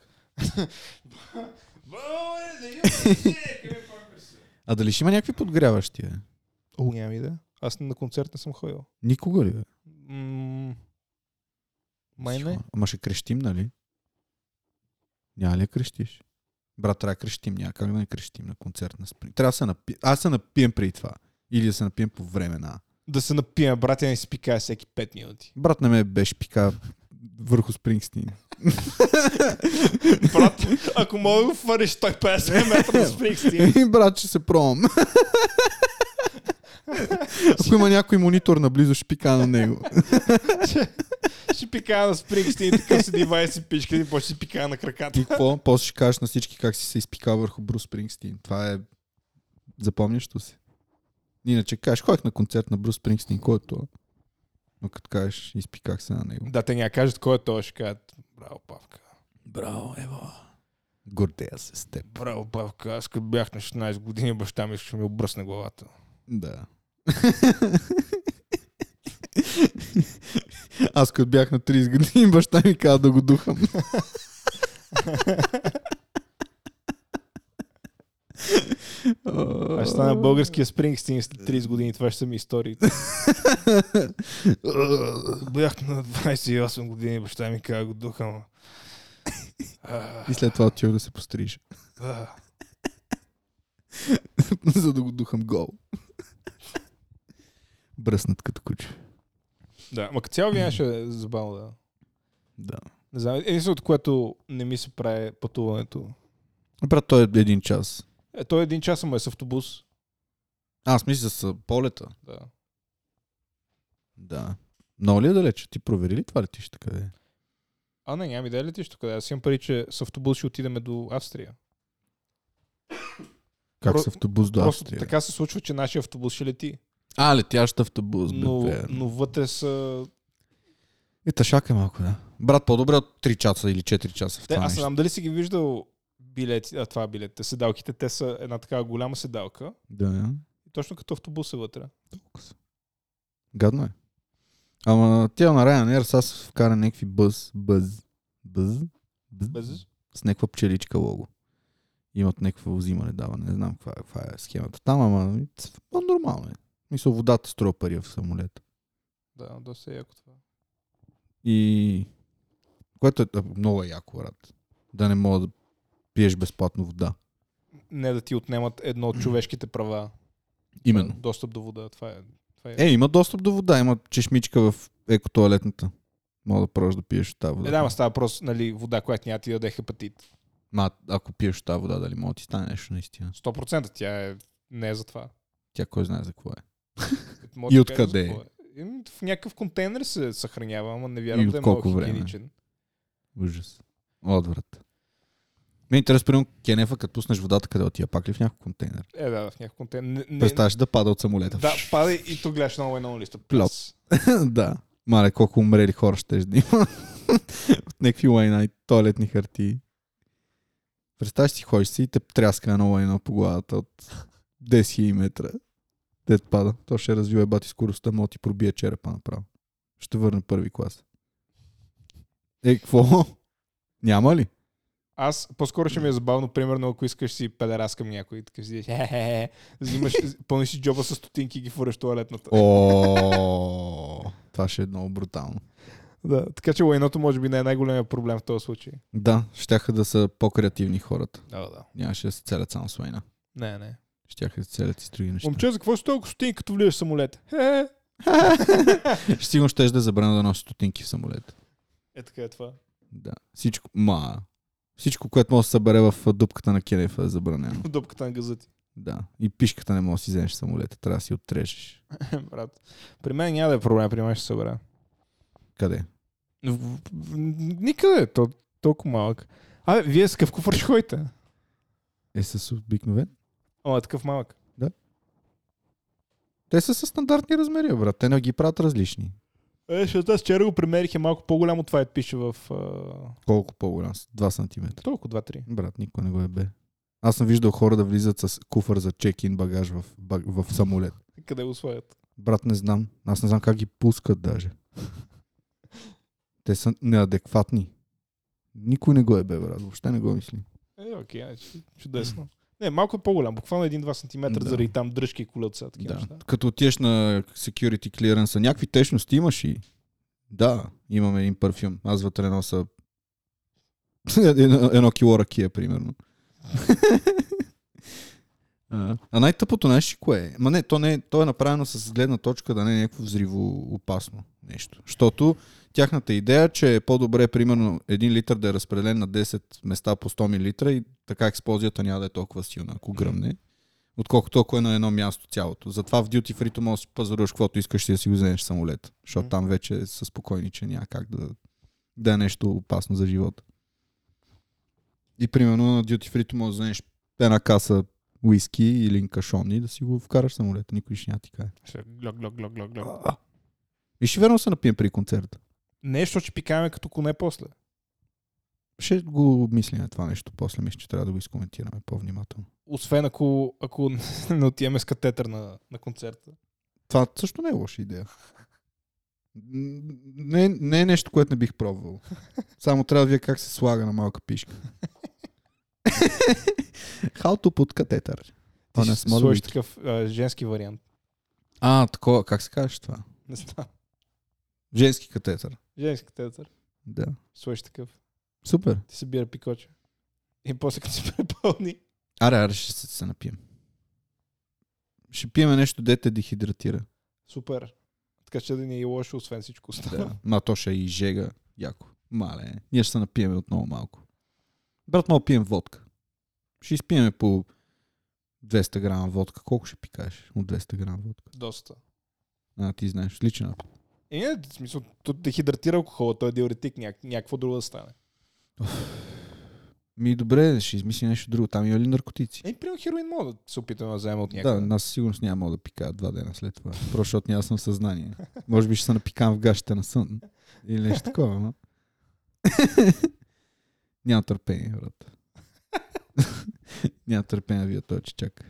Speaker 2: А дали ще има някакви подгряващи? Бе?
Speaker 1: О, нямам идея. Аз на концерт не съм ходил.
Speaker 2: Никога ли? Бе?
Speaker 1: М, Май не.
Speaker 2: Сигурно. Ама ще крещим, нали? Няма ли да крещиш? Брат, трябва да крещим. Няма как да не крещим на концерт на спринг. Трябва да се напи... Аз се напием преди това. Или да се напием по време на...
Speaker 1: Да се напием, брат, я не си пикая всеки 5 минути.
Speaker 2: Брат не ме беше пика върху Спрингстин.
Speaker 1: Брат, ако мога да го фариш 150 метра на Спрингстин.
Speaker 2: И брат, ще се пробвам. Ако има някой монитор наблизо, ще пика на него.
Speaker 1: Ще пикая на Спрингстин, така седи вай си пичка и после си пикая на краката.
Speaker 2: И какво? После ще кажеш на всички как си се изпикал върху Брус Спрингстин. Това е запомнящо си. Иначе кажеш, ходих на концерт на Брус Спрингстин, кой е това? Но като кажеш, изпиках се на него.
Speaker 1: Да, те няма кажат кой е той, ще кажат. Браво, Павка.
Speaker 2: Браво, ево. Гордея се с теб.
Speaker 1: Браво, Павка. Аз като бях на 16 години, баща ми ще ми обръсне главата.
Speaker 2: Да. Аз като бях на 30 години, баща ми каза да го духам.
Speaker 1: Аз ще стана българския Спрингстин след 30 години. Това ще са ми историите. Бях на 28 години, баща ми каза го духам. А,
Speaker 2: И след това отивах да се постриж,
Speaker 1: а.
Speaker 2: за да го духам гол. Бръснат като куче.
Speaker 1: Да, ма като цяло вие ще е забавно, да.
Speaker 2: Да.
Speaker 1: Не знам, единственото, което не ми се прави е пътуването.
Speaker 2: Брат, той е един час.
Speaker 1: Е, той един час, ама е с автобус.
Speaker 2: Аз мисля с полета.
Speaker 1: Да.
Speaker 2: Да. Много ли е далече? Ти провери ли това летище къде е?
Speaker 1: А, не, няма идея летиш тук. Аз имам пари, че с автобус ще отидем до Австрия.
Speaker 2: Как
Speaker 1: Про-
Speaker 2: с автобус до
Speaker 1: Просто
Speaker 2: Австрия?
Speaker 1: така се случва, че нашия автобус ще лети.
Speaker 2: А, летящ автобус.
Speaker 1: Но,
Speaker 2: бе,
Speaker 1: но вътре са...
Speaker 2: Е, тъшака малко, да. Брат, по-добре от 3 часа или 4 часа в
Speaker 1: Те,
Speaker 2: това
Speaker 1: аз не
Speaker 2: нещо.
Speaker 1: знам дали си ги виждал билети, а това билетите, седалките, те са една такава голяма седалка.
Speaker 2: Да,
Speaker 1: И точно като автобус е вътре.
Speaker 2: гадно е. Ама тя на Ryanair сега се вкара някакви бъз, бъз, бъз, бъз,
Speaker 1: Без...
Speaker 2: с някаква пчеличка лого. Имат някакво взимане, даване. Не знам каква, е- каква е схемата там, ама ц- ма, нормално е. Мисля, водата струва пари в самолет.
Speaker 1: Да, доста е яко това.
Speaker 2: И... Което е а, много е яко, брат. Да не мога да пиеш безплатно вода.
Speaker 1: Не да ти отнемат едно от човешките права.
Speaker 2: Именно.
Speaker 1: Достъп до вода. Това е. Това е.
Speaker 2: Е, има достъп до вода, има чешмичка в екотоалетната. Мога да прожиш да пиеш от тази вода.
Speaker 1: Е, да, ма става просто нали, вода, която няма ти да даде хепатит.
Speaker 2: Ма, ако пиеш от тази вода, дали може да ти стане нещо наистина?
Speaker 1: 100% тя е, не е за това.
Speaker 2: Тя кой знае за какво е.
Speaker 1: Мога
Speaker 2: И
Speaker 1: да кажа за
Speaker 2: откъде е?
Speaker 1: какво е. Еми, В някакъв контейнер се съхранява, ама не вярвам
Speaker 2: И
Speaker 1: да е
Speaker 2: от
Speaker 1: много
Speaker 2: колко време?
Speaker 1: хигиеничен.
Speaker 2: Ужас. Отврат. Ме интересно, примерно, кенефа, като пуснеш водата, къде отива? Пак ли в някакъв контейнер?
Speaker 1: Е, да, в някакъв контейнер. Не, не,
Speaker 2: Представяш да пада от самолета.
Speaker 1: да, пада и тук гледаш много едно листа.
Speaker 2: Плоп. да. Мале, колко умрели хора ще да има. От някакви лайна и туалетни хартии. Представяш си, ходиш си и те тряска едно лайно по главата от 10 000 метра. Дед пада. То ще развива бати скоростта, мога да ти пробие черепа направо. Ще върне първи клас. Е, какво? Няма ли?
Speaker 1: Аз по-скоро ще ми е забавно, примерно, ако искаш си педерас към някой, така си деш, «Хе-хе-хе», взимаш, пълниш си джоба с стотинки и ги фуреш в туалетната.
Speaker 2: О, това ще е много брутално.
Speaker 1: Да, така че лайното може би не е най-големия проблем в този случай.
Speaker 2: Да, щяха да са по-креативни хората.
Speaker 1: Да, да.
Speaker 2: Нямаше да се целят само с лайна.
Speaker 1: Не, не.
Speaker 2: Щяха да се целят и с други неща.
Speaker 1: Момче, за какво си толкова стотинки, като влизаш в самолет? Хе-хе.
Speaker 2: Ще Сигурно ще да забраня да носи стотинки в самолет.
Speaker 1: Е, така е това.
Speaker 2: Да. Всичко, ма, всичко, което може да се събере в а, дупката на Кенефа е забранено.
Speaker 1: В дупката на газа ти.
Speaker 2: Да. И пишката не може да си вземеш в самолета. Трябва да си отрежеш.
Speaker 1: Брат. При мен няма да е проблем, при мен ще се събера.
Speaker 2: Къде?
Speaker 1: В- в- в- Никъде, то, толкова малък. Абе, вие с какъв куфар ще ходите?
Speaker 2: Е с обикновен.
Speaker 1: Ама такъв малък.
Speaker 2: Те са с стандартни размери, брат. Те не ги правят различни.
Speaker 1: Е, защото аз вчера го премерих е малко по-голям от това, е пише в... а,
Speaker 2: Колко по-голям? са? 2 см.
Speaker 1: Е, Толкова 2-3.
Speaker 2: Брат, никой не го е бе. Аз съм виждал хора да влизат с куфър за чек-ин багаж в, баг, в самолет.
Speaker 1: Къде го слагат?
Speaker 2: Брат, не знам. Аз не знам как ги пускат даже. Те са неадекватни. Никой не го е бе, брат. Въобще не го мисли.
Speaker 1: Е, окей, ай, чу- чудесно. Не, малко е по-голям, буквално 1-2 см,
Speaker 2: Да.
Speaker 1: заради там дръжки и колеца. Такива
Speaker 2: Да.
Speaker 1: неща.
Speaker 2: Като отиеш на security clearance, някакви течности имаш и... Да, имам един парфюм. Аз вътре носа едно, едно кило ракия, примерно. А, а най-тъпото знаеш ли кое е? Ма не, то, не, е- то е направено с гледна точка да не е някакво взриво опасно нещо. Защото тяхната идея е, че е по-добре примерно един литър да е разпределен на 10 места по 100 мл и така експлозията няма да е толкова силна, ако гръмне. отколкото ако е на едно място цялото. Затова в Duty Free може да си пазаруваш каквото искаш и да си го вземеш самолет. Защото
Speaker 1: М.
Speaker 2: там вече са спокойни, че няма как да, да е нещо опасно за живота. И примерно на Duty Free може да вземеш една каса уиски или инкашон и да си го вкараш в самолета. Никой ще няма ти кае.
Speaker 1: Ще глок, глок, глок, глок, глок.
Speaker 2: И ще верно се напием при концерта.
Speaker 1: Нещо ще пикаме като коне после.
Speaker 2: Ще го обмислим това нещо после. Мисля, че трябва да го изкоментираме по-внимателно.
Speaker 1: Освен ако, ако не отиваме с катетър на, на концерта.
Speaker 2: Това също не е лоша идея. Н- Не, не е нещо, което не бих пробвал. Само трябва да видя как се слага на малка пишка. Халто под катетър.
Speaker 1: Ти
Speaker 2: О, не,
Speaker 1: ще
Speaker 2: с моля
Speaker 1: сложиш
Speaker 2: ви.
Speaker 1: такъв а, женски вариант.
Speaker 2: А, такова, как се казваш това?
Speaker 1: Не знам.
Speaker 2: Женски катетър.
Speaker 1: Женски катетър.
Speaker 2: Да.
Speaker 1: Сложиш такъв.
Speaker 2: Супер.
Speaker 1: Ти събира пикоче. И после като се препълни.
Speaker 2: Аре, аре, ще се, се напием. Ще пиеме нещо, дете дехидратира.
Speaker 1: Супер. Така че да ни е лошо, освен всичко останало.
Speaker 2: Да. Ма то ще е и жега. Яко. Мале. Ние ще се напиеме отново малко. Брат, мога да пием водка. Ще изпиеме по 200 грама водка. Колко ще пикаеш от 200 грама водка?
Speaker 1: Доста.
Speaker 2: А, ти знаеш. Личен опит.
Speaker 1: Е, не, в смисъл, тук дехидратира алкохола, той е диуретик, няк- някакво друго да стане.
Speaker 2: Ми добре, ще измисли нещо друго. Там има ли наркотици?
Speaker 1: Е, примерно хероин мога да се опитаме да вземем от
Speaker 2: Да,
Speaker 1: някъде.
Speaker 2: нас със сигурност няма мога да пикаят два дена след това. Просто защото няма съм в съзнание. Може би ще се напикам в гащите на сън. Или нещо такова, но... няма търпение, брат. няма търпение, вие той, че чака.